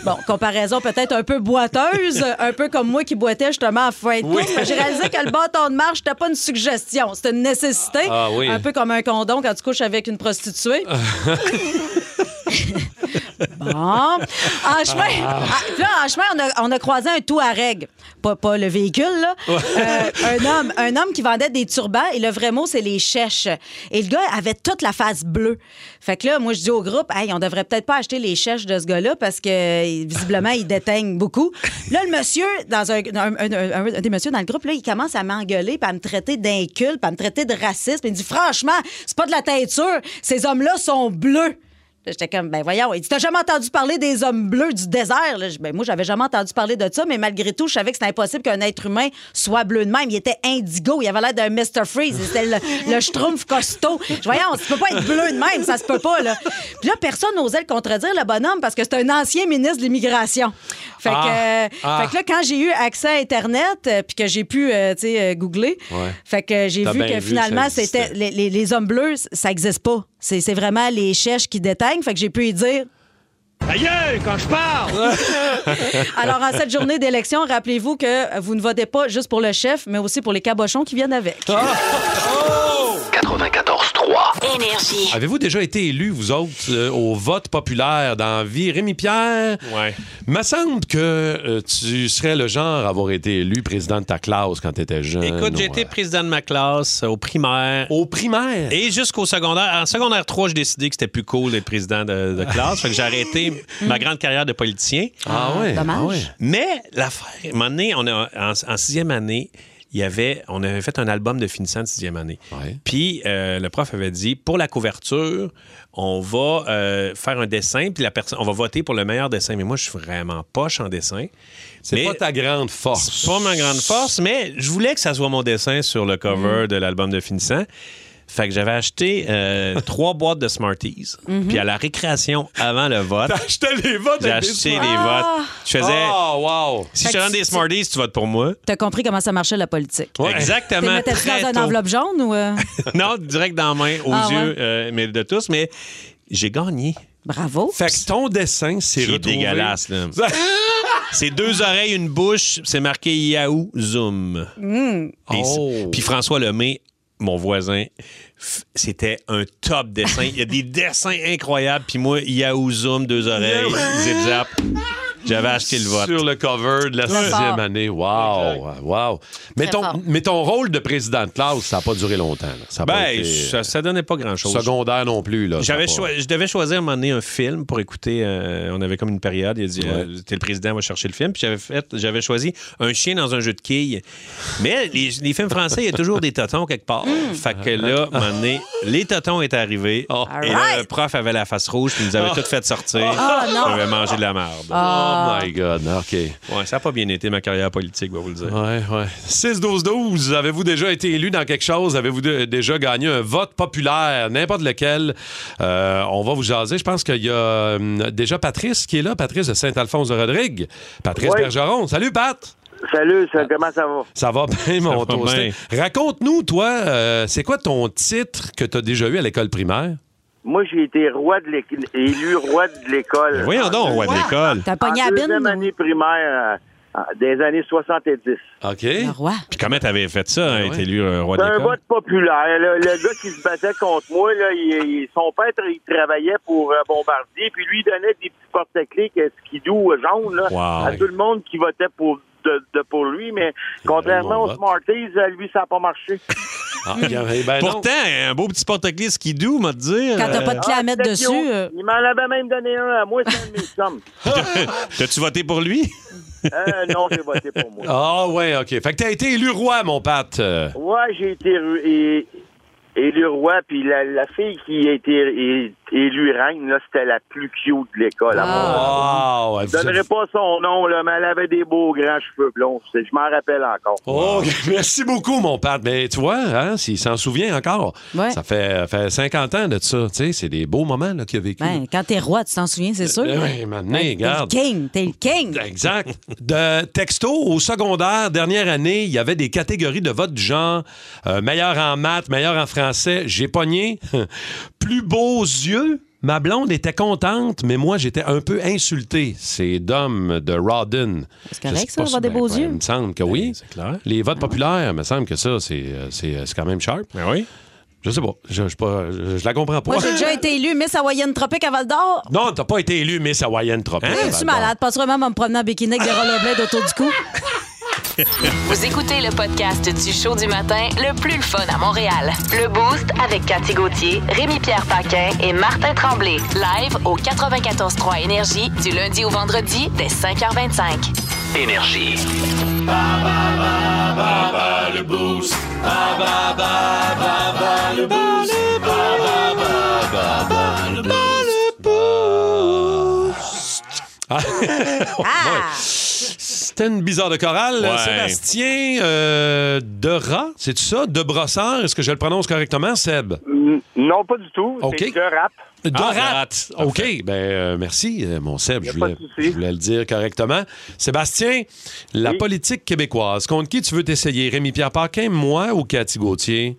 [SPEAKER 3] Bon, comparaison peut-être un peu boiteuse, un peu comme moi qui boitais justement à fin de course. Mais J'ai réalisé que le bâton de marche, c'était pas une suggestion, c'était une nécessité.
[SPEAKER 2] Ah oui.
[SPEAKER 3] Un peu comme un condom quand tu couches avec une prostituée. Bon. En chemin, ah, puis là, en chemin on, a, on a croisé un Touareg. Pas, pas le véhicule, là. Euh, un, homme, un homme qui vendait des turbans et le vrai mot, c'est les chèches. Et le gars avait toute la face bleue. Fait que là, moi, je dis au groupe, hey, on devrait peut-être pas acheter les chèches de ce gars-là parce que euh, visiblement, il déteigne beaucoup. Là, le monsieur, dans un, un- un- un- un des messieurs dans le groupe, là, il commence à m'engueuler, puis à me traiter d'inculte, puis à me traiter de raciste. Puis Il me dit, franchement, c'est pas de la teinture. Ces hommes-là sont bleus. Là, J'étais comme, ben voyons, il dit, t'as jamais entendu parler des hommes bleus du désert? Là, je- ben, moi, j'avais jamais entendu parler de ça, mais malgré tout, je savais que c'était impossible qu'un être humain soit bleu de même. Il était indigo, il avait l'air d'un Mr. Freeze, c'était le, le schtroumpf costaud. Je voyons, tu peux pas être bleu de même, ça se peut pas, là. Puis là, personne n'osait le contredire, le bonhomme, parce que c'est un ancien ministre de l'immigration. Fait que, euh, fait que là, quand j'ai eu accès à Internet, euh, puis que j'ai pu, euh, tu sais, euh, googler, fait que j'ai
[SPEAKER 2] T'as
[SPEAKER 3] vu
[SPEAKER 2] bien
[SPEAKER 3] que
[SPEAKER 2] vu que ça
[SPEAKER 3] finalement,
[SPEAKER 2] existait.
[SPEAKER 3] c'était les, les- les hommes bleus, c- ça n'existe pas. C'est c'est vraiment les chèches qui déteignent. Fait que j'ai pu y dire. Aïe, quand je parle! Alors, en cette journée d'élection, rappelez-vous que vous ne votez pas
[SPEAKER 2] Ah!
[SPEAKER 4] Oh!
[SPEAKER 3] juste pour le chef, mais aussi pour les cabochons qui viennent avec.
[SPEAKER 9] 94-3.
[SPEAKER 1] Énergie.
[SPEAKER 2] Avez-vous déjà été élu, vous autres, euh, au vote populaire dans la vie? Rémi Pierre?
[SPEAKER 4] Ouais.
[SPEAKER 2] Me semble que euh, tu serais le genre à avoir été élu président de ta classe quand tu étais jeune.
[SPEAKER 4] Écoute,
[SPEAKER 2] ou,
[SPEAKER 4] j'ai été
[SPEAKER 2] euh,
[SPEAKER 4] président de ma classe euh, au primaire.
[SPEAKER 2] Au primaire?
[SPEAKER 4] Et jusqu'au secondaire. En secondaire 3, j'ai décidé que c'était plus cool d'être président de, de classe. fait que j'ai arrêté ma grande carrière de politicien.
[SPEAKER 2] Ah ouais?
[SPEAKER 3] Dommage.
[SPEAKER 2] ah ouais.
[SPEAKER 4] Mais l'affaire, à un moment donné, on a, en, en sixième année, il y avait, on avait fait un album de finissant de sixième année.
[SPEAKER 2] Ouais.
[SPEAKER 4] Puis euh, le prof avait dit, pour la couverture, on va euh, faire un dessin, puis la personne, on va voter pour le meilleur dessin. Mais moi, je suis vraiment poche en dessin.
[SPEAKER 2] C'est
[SPEAKER 4] Mais-
[SPEAKER 2] pas ta grande force.
[SPEAKER 4] c'est pas ma grande force, mais je voulais que ça soit mon dessin sur le
[SPEAKER 2] Mm-hmm.
[SPEAKER 4] cover de l'album de finissant. Fait que j'avais acheté euh, trois boîtes de Smarties. Puis à la récréation, avant le vote,
[SPEAKER 2] J'étais les votes
[SPEAKER 4] j'ai
[SPEAKER 2] avec des
[SPEAKER 4] acheté des
[SPEAKER 2] smarties.
[SPEAKER 4] votes. Je faisais,
[SPEAKER 2] Oh, wow!
[SPEAKER 4] si je
[SPEAKER 3] Ah! Fait
[SPEAKER 4] te
[SPEAKER 3] que
[SPEAKER 4] donne des
[SPEAKER 3] tu-
[SPEAKER 4] Smarties, tu votes pour moi.
[SPEAKER 3] T'as compris comment ça marchait la politique.
[SPEAKER 2] Ouais.
[SPEAKER 3] T'es
[SPEAKER 4] Exactement.
[SPEAKER 3] mettais-tu
[SPEAKER 4] Très
[SPEAKER 3] dans une
[SPEAKER 4] tôt.
[SPEAKER 3] enveloppe jaune ou... euh,
[SPEAKER 4] non, direct dans la main, aux
[SPEAKER 3] Ah ouais.
[SPEAKER 4] yeux, euh, mais de tous. Mais j'ai gagné.
[SPEAKER 3] Bravo.
[SPEAKER 2] Fait que ton dessin, c'est
[SPEAKER 4] Qui est
[SPEAKER 2] retrouvé...
[SPEAKER 4] dégueulasse, là. C'est deux oreilles, une bouche, c'est marqué Yahoo Zoom.
[SPEAKER 3] Hmm.
[SPEAKER 4] Et c'est-
[SPEAKER 2] Oh.
[SPEAKER 4] Puis François Lemay, mon voisin, f- c'était un top dessin. Il y a des dessins incroyables. Puis moi, Yahoo Zoom, deux oreilles, zip zap. J'avais acheté le vote.
[SPEAKER 2] Sur le cover de la
[SPEAKER 3] Très
[SPEAKER 2] sixième
[SPEAKER 3] fort.
[SPEAKER 2] année. Wow! euh, Wow! Mais
[SPEAKER 3] Très
[SPEAKER 2] ton,
[SPEAKER 3] fort.
[SPEAKER 2] mais ton rôle de président de classe, ça n'a pas duré longtemps. là. Ça a pas
[SPEAKER 4] Ben,
[SPEAKER 2] été,
[SPEAKER 4] ça, ça donnait pas grand-chose.
[SPEAKER 2] secondaire non plus. Là,
[SPEAKER 4] J'avais
[SPEAKER 2] Ça a pas-
[SPEAKER 4] choi- je devais choisir à un moment donné un film pour écouter. euh, on avait comme une période. Il a dit euh, T'es le président, on va chercher le film. Puis j'avais, fait, j'avais choisi un chien dans un jeu de quilles. Mais les, les films français, il y a toujours des totons quelque part.
[SPEAKER 3] Hmm.
[SPEAKER 4] Fait que là, à un moment donné, les totons étaient arrivés.
[SPEAKER 3] Oh.
[SPEAKER 4] Et là, le
[SPEAKER 3] Alright.
[SPEAKER 4] prof avait la face rouge, puis il nous avait tout fait sortir.
[SPEAKER 3] Ah, Oh. non.
[SPEAKER 4] On avait mangé de la merde.
[SPEAKER 2] Oh my God, OK.
[SPEAKER 4] Ouais, ça n'a pas bien été ma carrière politique, je vais vous le dire.
[SPEAKER 2] Ouais, ouais. 6-12-12, avez-vous déjà été élu dans quelque chose? Avez-vous de- déjà gagné un vote populaire? N'importe lequel. Euh, on va vous jaser. Je pense qu'il y a hum, déjà Patrice qui est là, Patrice de Saint-Alphonse-de-Rodrigue. Patrice
[SPEAKER 7] Oui.
[SPEAKER 2] Bergeron. Salut, Pat!
[SPEAKER 7] Salut, ça, comment ça va?
[SPEAKER 2] Ça va bien, mon
[SPEAKER 4] va
[SPEAKER 2] toasté. Raconte-nous, toi, euh, c'est quoi ton titre que tu as déjà eu à l'école primaire?
[SPEAKER 7] Moi, j'ai été roi de l'école, élu roi de l'école.
[SPEAKER 4] Voyons donc, roi de l'école.
[SPEAKER 3] T'as
[SPEAKER 7] En
[SPEAKER 3] pogné à
[SPEAKER 7] deuxième
[SPEAKER 3] bine?
[SPEAKER 7] année primaire euh, euh, des années 70.
[SPEAKER 2] OK. Ben
[SPEAKER 3] Le roi.
[SPEAKER 4] Puis comment t'avais fait ça, être
[SPEAKER 2] ouais.
[SPEAKER 4] élu euh, roi de
[SPEAKER 7] C'est un
[SPEAKER 4] l'école?
[SPEAKER 7] vote populaire. là. Le gars qui se battait contre moi, là, il- il- son père, il travaillait pour euh, Bombardier, puis lui, il donnait des petits porte-clés que- skidoo euh, jaunes là,
[SPEAKER 4] Wow.
[SPEAKER 7] à tout le monde qui votait pour, de, de- pour lui. Mais contrairement
[SPEAKER 2] mon
[SPEAKER 7] aux
[SPEAKER 2] vote.
[SPEAKER 7] Smarties, euh, lui, ça n'a pas marché.
[SPEAKER 2] Ah, eh ben non.
[SPEAKER 4] Pourtant, un beau petit porte-clés qui doux, m'a euh, dire.
[SPEAKER 3] Quand t'as pas de clé à mettre
[SPEAKER 7] C'était
[SPEAKER 3] dessus...
[SPEAKER 7] cute.
[SPEAKER 3] euh,
[SPEAKER 7] Il m'en avait même donné un à moi, c'est un de mes chums.
[SPEAKER 4] Ah.
[SPEAKER 7] ah,
[SPEAKER 4] T'as-tu voté pour lui?
[SPEAKER 7] Euh, non, j'ai voté pour moi.
[SPEAKER 2] Ah ouais, OK. Fait que t'as été élu roi, mon Pat. Euh,
[SPEAKER 7] Ouais, j'ai été ru- é- élu roi, puis la, la fille qui a été é- élue reine, là, c'était la plus cute de l'école. à mon avis.
[SPEAKER 3] Ah.
[SPEAKER 2] Wow!
[SPEAKER 7] Je donnerai pas son nom, là, mais elle avait des beaux grands cheveux blonds. C'est- Je m'en rappelle encore.
[SPEAKER 2] Oh, merci beaucoup, mon Pat. Mais tu vois, hein, s'il s'en souvient encore,
[SPEAKER 3] Ouais.
[SPEAKER 2] ça fait, fait 50 ans de ça. Tu sais, c'est des beaux moments là, qu'il a vécu.
[SPEAKER 3] Ben, quand t'es roi, tu t'en souviens, c'est sûr?
[SPEAKER 2] Ben oui, maintenant,
[SPEAKER 3] T'es le
[SPEAKER 2] regarde.
[SPEAKER 3] king, t'es le king.
[SPEAKER 2] Exact. De texto au secondaire, dernière année, il y avait des catégories de vote du genre euh, meilleur en maths, meilleur en français. J'ai pogné. Plus beaux yeux. Ma blonde était contente, mais moi, j'étais un peu insulté. C'est Dom de Rodden.
[SPEAKER 3] C'est correct,
[SPEAKER 2] Je sais
[SPEAKER 3] ça,
[SPEAKER 2] pas
[SPEAKER 3] avoir
[SPEAKER 2] si-
[SPEAKER 3] des beaux
[SPEAKER 2] ben,
[SPEAKER 3] yeux. Ah
[SPEAKER 2] Il me semble que oui.
[SPEAKER 4] c'est clair.
[SPEAKER 2] Les votes populaires, il me semble que ça, c'est euh, c'est euh, c'est quand même sharp.
[SPEAKER 4] Ben oui.
[SPEAKER 2] Je sais pas. Je, je, pas- je- je la comprends pas.
[SPEAKER 3] Moi, j'ai déjà été élue Miss Hawaïenne Tropique à Val d'Or.
[SPEAKER 2] Non, t'as pas été élu Miss Hawaiian Tropique.
[SPEAKER 3] Je suis malade. Passe vraiment à me promener en bikini avec des rollerblades autour du cou.
[SPEAKER 1] Vous écoutez le podcast du show du matin le plus le fun à Montréal. Le Boost avec Cathy Gauthier, Rémi-Pierre Paquin et Martin Tremblay. Live au 94.3 Énergie du lundi au vendredi dès 5h25.
[SPEAKER 9] Énergie.
[SPEAKER 4] Ah.
[SPEAKER 3] Ah!
[SPEAKER 2] C'était une bizarre de chorale.
[SPEAKER 4] Ouais.
[SPEAKER 2] Sébastien euh, de Rat, c'est ça? De Brossard, est-ce que je le prononce correctement, Seb?
[SPEAKER 7] N- Non, pas du tout.
[SPEAKER 2] Ok.
[SPEAKER 7] C'est de rap.
[SPEAKER 2] De
[SPEAKER 4] Ah,
[SPEAKER 2] Rat. OK, ben euh, merci, euh, mon Seb. Je
[SPEAKER 7] pas
[SPEAKER 2] voulais,
[SPEAKER 7] de souci.
[SPEAKER 2] je voulais le dire correctement. Sébastien, la
[SPEAKER 7] Oui.
[SPEAKER 2] politique québécoise, contre qui tu veux t'essayer? Rémi-Pierre Paquin, moi ou Cathy Gauthier?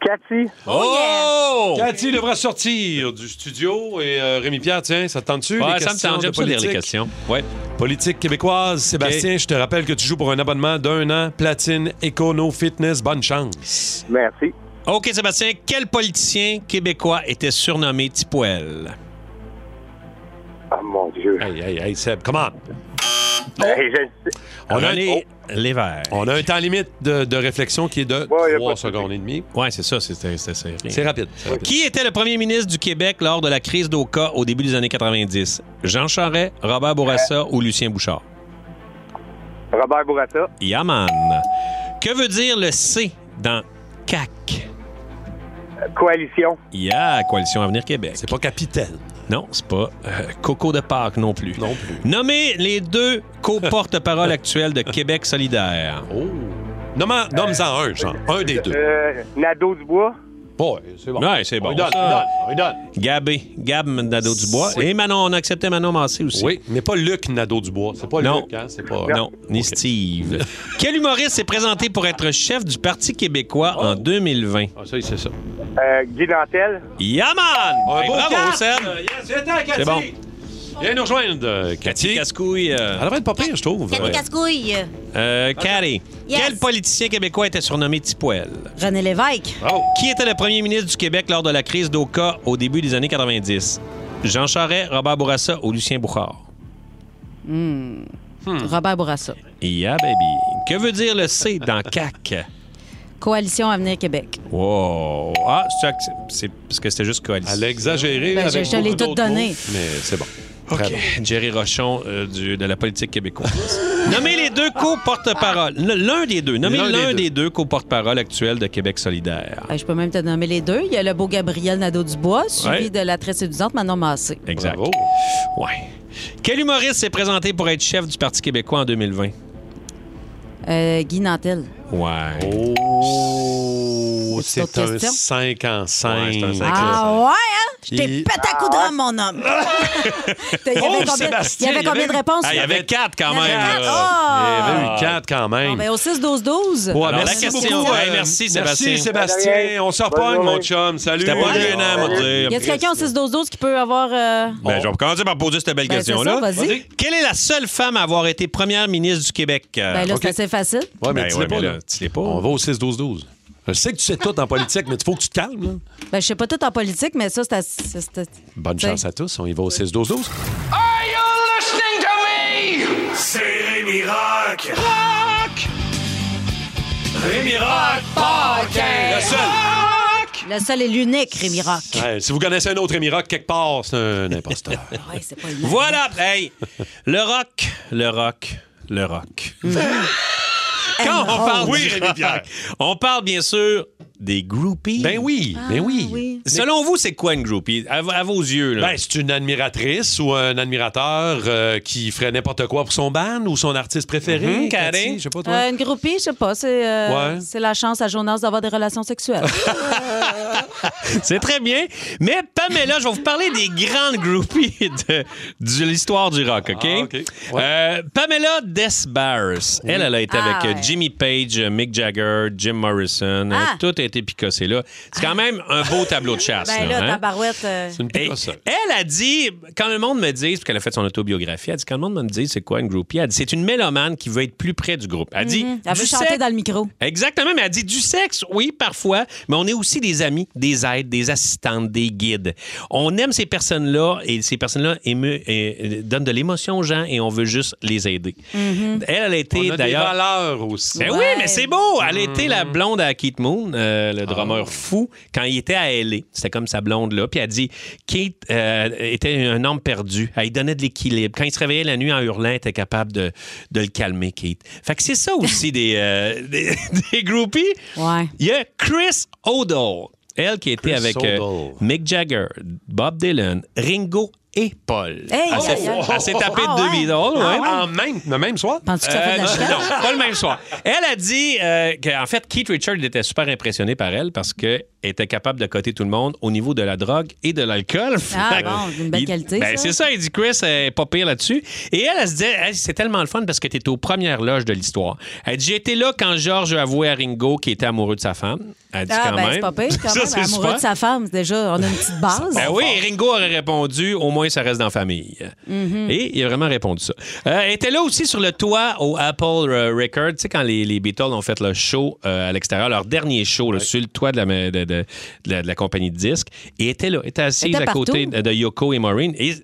[SPEAKER 7] Cathy,
[SPEAKER 4] Oh!
[SPEAKER 2] Cathy devra sortir du studio et euh, Rémi-Pierre, tiens, ça te tente-tu?
[SPEAKER 4] Ouais,
[SPEAKER 2] les
[SPEAKER 4] ça me
[SPEAKER 2] questions
[SPEAKER 4] tente,
[SPEAKER 2] de
[SPEAKER 4] j'aime ça lire les
[SPEAKER 2] politique?
[SPEAKER 4] questions. Ouais.
[SPEAKER 2] Politique québécoise, Sébastien, je te rappelle que tu joues pour un abonnement d'un an, platine, écono, fitness, bonne chance.
[SPEAKER 7] merci.
[SPEAKER 4] OK, Sébastien, quel politicien québécois était surnommé Tipoel?
[SPEAKER 7] Ah, mon Dieu.
[SPEAKER 2] Hey, hey, hey, Seb, come on.
[SPEAKER 7] Hey, Euh, je le sais.
[SPEAKER 2] On a, un, Oh!
[SPEAKER 4] René Lévesque.
[SPEAKER 2] on a un temps limite de, de réflexion qui est de
[SPEAKER 7] Ouais, y
[SPEAKER 2] 3
[SPEAKER 7] a pas de souci.
[SPEAKER 2] secondes et demie.
[SPEAKER 4] Ouais, c'est ça, c'était c'était serré.
[SPEAKER 2] C'est rapide. c'est rapide.
[SPEAKER 4] Qui était le premier ministre du Québec lors de la crise d'Oka au début des années 90? Jean Charest, Robert Bourassa ou Lucien Bouchard?
[SPEAKER 7] Robert Bourassa.
[SPEAKER 4] Yaman. Que veut dire le C dans CAC?
[SPEAKER 7] Euh, Coalition.
[SPEAKER 4] Ya, Coalition Avenir Québec.
[SPEAKER 2] C'est pas capitaine.
[SPEAKER 4] Non, c'est pas euh, Coco de Pâques non plus.
[SPEAKER 2] Non plus.
[SPEAKER 4] Nommez les deux co-porte-parole actuels de Québec solidaire.
[SPEAKER 2] Oh. Nomme- Nomme-en un, Jean. Un des deux.
[SPEAKER 7] Euh, Nadeau Dubois.
[SPEAKER 2] Ouais, c'est bon.
[SPEAKER 4] Ouais, c'est bon.
[SPEAKER 2] On lui donne, on lui donne, on lui donne.
[SPEAKER 4] Gabé, Gab Nadeau-Dubois. Et Manon, on acceptait Manon Massé aussi.
[SPEAKER 2] Oui, mais pas Luc Nadeau-Dubois. C'est pas
[SPEAKER 4] Non.
[SPEAKER 2] Luc, hein? C'est pas...
[SPEAKER 4] Non, ni Steve. Quel humoriste s'est présenté pour être chef du Parti québécois en 2020?
[SPEAKER 2] Ah, ça, c'est ça.
[SPEAKER 7] Euh, Guy Nantel.
[SPEAKER 4] Yaman! Ben,
[SPEAKER 2] Un beau
[SPEAKER 4] bravo,
[SPEAKER 2] quatre!
[SPEAKER 4] Seb!
[SPEAKER 2] Ah, C'est bon. Viens nous rejoindre, euh, Cathy.
[SPEAKER 4] Casse-couille. euh,
[SPEAKER 2] Elle va être pas pire, je trouve.
[SPEAKER 3] Cathy
[SPEAKER 2] Ouais.
[SPEAKER 3] Cascouille.
[SPEAKER 4] euh, Carré.
[SPEAKER 3] Yes.
[SPEAKER 4] Quel politicien québécois était surnommé Tipoel?
[SPEAKER 3] René Lévesque.
[SPEAKER 2] Bravo.
[SPEAKER 4] Qui était le premier ministre du Québec lors de la crise d'Oka au début des années 90? Jean Charest, Robert Bourassa ou Lucien Bouchard? Hmm.
[SPEAKER 3] Hmm. Robert Bourassa.
[SPEAKER 4] Yeah, baby. Que veut dire le C dans CAC?
[SPEAKER 3] Coalition Avenir Québec.
[SPEAKER 4] Wow. Ah, c'est ça que c'est- c'est parce que c'était juste coalition.
[SPEAKER 2] Elle a exagéré.
[SPEAKER 3] Ben, je-
[SPEAKER 2] avec
[SPEAKER 3] je te l'ai
[SPEAKER 2] beaucoup
[SPEAKER 3] tout
[SPEAKER 2] d'autres
[SPEAKER 3] donné.
[SPEAKER 2] mots, Mais c'est bon. Très
[SPEAKER 4] OK.
[SPEAKER 2] bon.
[SPEAKER 4] Jerry Rochon euh, du- de la politique québécoise. Nommez les deux co-porte-parole. L- L'un des deux. Nommez
[SPEAKER 2] L'un des
[SPEAKER 4] l'un
[SPEAKER 2] deux.
[SPEAKER 4] des deux co-porte-parole actuels de Québec solidaire.
[SPEAKER 3] Euh, je peux même te nommer les deux. Il y a le beau Gabriel Nadeau-Dubois, suivi
[SPEAKER 4] Ouais.
[SPEAKER 3] de la très séduisante Manon Massé.
[SPEAKER 4] Exact.
[SPEAKER 2] Bravo.
[SPEAKER 4] Ouais. Quel humoriste s'est présenté pour être chef du Parti québécois en 2020?
[SPEAKER 3] Euh, Guy Nantel.
[SPEAKER 4] Ouais.
[SPEAKER 2] Oh,
[SPEAKER 3] As-tu
[SPEAKER 2] c'est
[SPEAKER 3] d'autres
[SPEAKER 2] un
[SPEAKER 3] questions?
[SPEAKER 2] 5 en
[SPEAKER 4] Ouais,
[SPEAKER 2] 5.
[SPEAKER 4] c'est Oh, un cinq.
[SPEAKER 3] Ah ouais, hein? Je t'ai
[SPEAKER 2] Il-
[SPEAKER 3] pété à coup de rame, mon homme. il, y avait combien, il y avait combien de réponses?
[SPEAKER 4] Ah, il y avait quatre quand
[SPEAKER 3] Il y avait
[SPEAKER 4] même.
[SPEAKER 3] quatre.
[SPEAKER 4] là.
[SPEAKER 2] Il y
[SPEAKER 3] Ah!
[SPEAKER 2] avait eu 4 quand
[SPEAKER 3] Bon,
[SPEAKER 2] même.
[SPEAKER 3] ben, au 6-12-12.
[SPEAKER 2] Ouais,
[SPEAKER 4] Alors,
[SPEAKER 2] merci
[SPEAKER 4] la question.
[SPEAKER 2] beaucoup.
[SPEAKER 4] Hey,
[SPEAKER 2] euh,
[SPEAKER 4] merci, Sébastien.
[SPEAKER 2] Merci, Sébastien. On se repogne,
[SPEAKER 7] journée.
[SPEAKER 2] mon chum. Salut.
[SPEAKER 4] C'était pas gênant, moi, de dire.
[SPEAKER 3] y a quelqu'un au 6-12-12 qui peut avoir. euh,
[SPEAKER 4] Ben, je vais commencer par poser cette belle
[SPEAKER 3] Ben, c'est
[SPEAKER 4] question-là.
[SPEAKER 3] ça, vas-y.
[SPEAKER 2] Vas-y.
[SPEAKER 4] Quelle est la seule femme à avoir été première ministre du Québec? Euh,
[SPEAKER 3] Ben là,
[SPEAKER 2] ok.
[SPEAKER 3] c'est assez facile.
[SPEAKER 2] Ouais, mais
[SPEAKER 4] Ben
[SPEAKER 2] tu
[SPEAKER 4] ouais,
[SPEAKER 2] l'es pas,
[SPEAKER 4] mais
[SPEAKER 2] là.
[SPEAKER 4] là, tu l'es pas.
[SPEAKER 2] On va au 6-12-12. Je sais que tu sais tout en politique, mais il faut que tu te calmes. là.
[SPEAKER 3] Ben, je sais pas tout en politique, mais ça, c'est assez- c'est- c'est-
[SPEAKER 2] Bonne
[SPEAKER 3] T'sais.
[SPEAKER 2] chance à tous. On y va au 6-12-12.
[SPEAKER 6] C'est Rémi Rock. Rock! Rémi Rock,
[SPEAKER 2] Le seul.
[SPEAKER 3] Le seul et l'unique, Rémi Rock.
[SPEAKER 2] Ouais, si vous connaissez un autre Émirat quelque part, c'est un imposteur.
[SPEAKER 3] Ah Ouais, c'est pas le même.
[SPEAKER 4] Voilà, hey, le rock, le rock, le rock.
[SPEAKER 3] Hmm.
[SPEAKER 4] Quand on parle oui, Pierre. On parle bien sûr des groupies.
[SPEAKER 2] ben oui, ben oui.
[SPEAKER 3] Ah oui.
[SPEAKER 4] Selon vous, c'est quoi une groupie à, à vos yeux là
[SPEAKER 2] Ben, c'est une admiratrice ou un admirateur euh, qui ferait n'importe quoi pour son band ou son artiste préféré.
[SPEAKER 4] Mhm,
[SPEAKER 2] Mm-hmm, Hum, Cathy,
[SPEAKER 4] Karen.
[SPEAKER 2] je sais pas toi.
[SPEAKER 3] Euh, une groupie, je sais pas, c'est euh,
[SPEAKER 2] Ouais.
[SPEAKER 3] c'est la chance à Jonas d'avoir des relations sexuelles.
[SPEAKER 4] C'est très bien. Mais Pamela, je vais vous parler des grandes groupies de, de l'histoire du rock, OK?
[SPEAKER 2] Ah, OK. Ouais.
[SPEAKER 4] Euh, Pamela Desbarres, elle, elle a été
[SPEAKER 3] Ah,
[SPEAKER 4] avec euh,
[SPEAKER 3] ouais.
[SPEAKER 4] Jimmy Page, euh, Mick Jagger, Jim Morrison. euh,
[SPEAKER 3] Ah.
[SPEAKER 4] Tout a été picossé là. C'est quand même un beau tableau de chasse.
[SPEAKER 3] ben
[SPEAKER 4] là,
[SPEAKER 3] là,
[SPEAKER 4] hein?
[SPEAKER 3] ta barouette. euh,
[SPEAKER 2] C'est une
[SPEAKER 4] Et
[SPEAKER 2] picosse.
[SPEAKER 4] elle a dit, quand le monde me dit, parce qu'elle a fait son autobiographie, elle dit, quand le monde me dit, c'est quoi une groupie? Elle dit, c'est une mélomane qui veut être plus près du groupe. Elle dit,
[SPEAKER 3] Mhm. Elle
[SPEAKER 4] du
[SPEAKER 3] veut chanter
[SPEAKER 4] sexe-
[SPEAKER 3] dans le micro.
[SPEAKER 4] Exactement, mais elle dit du sexe, oui, parfois, mais on est aussi des amis, des aides, des assistantes, des guides. On aime ces personnes-là et ces personnes-là ému- euh, euh, donnent de l'émotion aux gens et on veut juste les aider. Elle, elle a
[SPEAKER 2] On
[SPEAKER 4] été
[SPEAKER 2] a des
[SPEAKER 4] d'ailleurs.
[SPEAKER 2] valeurs aussi.
[SPEAKER 4] Ben oui,
[SPEAKER 3] Ouais.
[SPEAKER 4] mais c'est beau! Elle était la blonde à Keith Moon, euh, le drummer fou, quand il était à LA. C'était comme sa blonde là. Puis elle dit Keith euh, était un homme perdu. Elle lui donnait de l'équilibre. Quand il se réveillait la nuit en hurlant, elle était capable de, de le calmer, Keith. Fait que c'est ça aussi des, euh, des, des groupies.
[SPEAKER 3] Ouais.
[SPEAKER 4] Il y a Chris O'Dell, elle qui était
[SPEAKER 2] Chris
[SPEAKER 4] avec euh,
[SPEAKER 2] O'Dell.
[SPEAKER 4] Mick Jagger, Bob Dylan, Ringo et Paul.
[SPEAKER 3] Hey,
[SPEAKER 4] elle s'est
[SPEAKER 3] aïe, aïe.
[SPEAKER 4] elle s'est tapée
[SPEAKER 3] Ah
[SPEAKER 4] deux
[SPEAKER 3] ouais.
[SPEAKER 4] idoles, ouais.
[SPEAKER 3] Ah ouais.
[SPEAKER 2] En même, le même soir?
[SPEAKER 3] Penses-tu que ça fait de la
[SPEAKER 4] Euh,
[SPEAKER 3] chaleur?
[SPEAKER 4] non, pas le même soir. Elle a dit euh, qu'en fait, Keith Richards était super impressionné par elle parce qu'elle était capable de coter tout le monde au niveau de la drogue et de l'alcool.
[SPEAKER 3] Ah,
[SPEAKER 4] Fait que-
[SPEAKER 3] bon, une belle
[SPEAKER 4] il-
[SPEAKER 3] qualité,
[SPEAKER 4] ben,
[SPEAKER 3] ça.
[SPEAKER 4] C'est ça, il dit Chris, elle est pas pire là-dessus. Et elle, elle se disait, Hey, c'est tellement le fun parce que t'es aux premières loges de l'histoire. Elle dit, j'étais là quand George a avoué à Ringo qu'il était amoureux de sa femme. Elle dit
[SPEAKER 3] Ah, ben,
[SPEAKER 4] quand même.
[SPEAKER 3] c'est pas pire quand
[SPEAKER 4] Ça,
[SPEAKER 3] même.
[SPEAKER 4] c'est
[SPEAKER 3] Amoureux
[SPEAKER 4] super.
[SPEAKER 3] de sa femme, déjà, on a une petite base.
[SPEAKER 4] Ben oui, Ringo Ben aurait répondu au moins moins ça reste dans la famille.
[SPEAKER 3] Mm-hmm.
[SPEAKER 4] Et il a vraiment répondu ça. Euh, elle était là aussi sur le toit au Apple euh, Records. Tu sais, quand les, les Beatles ont fait le show euh, à l'extérieur, leur dernier show là, sur le toit de la, ma- de- de- de la- de la compagnie de disques. Et elle était là, elle était assise
[SPEAKER 3] Elle était
[SPEAKER 4] à côté
[SPEAKER 3] partout.
[SPEAKER 4] de de Yoko et Maureen. Et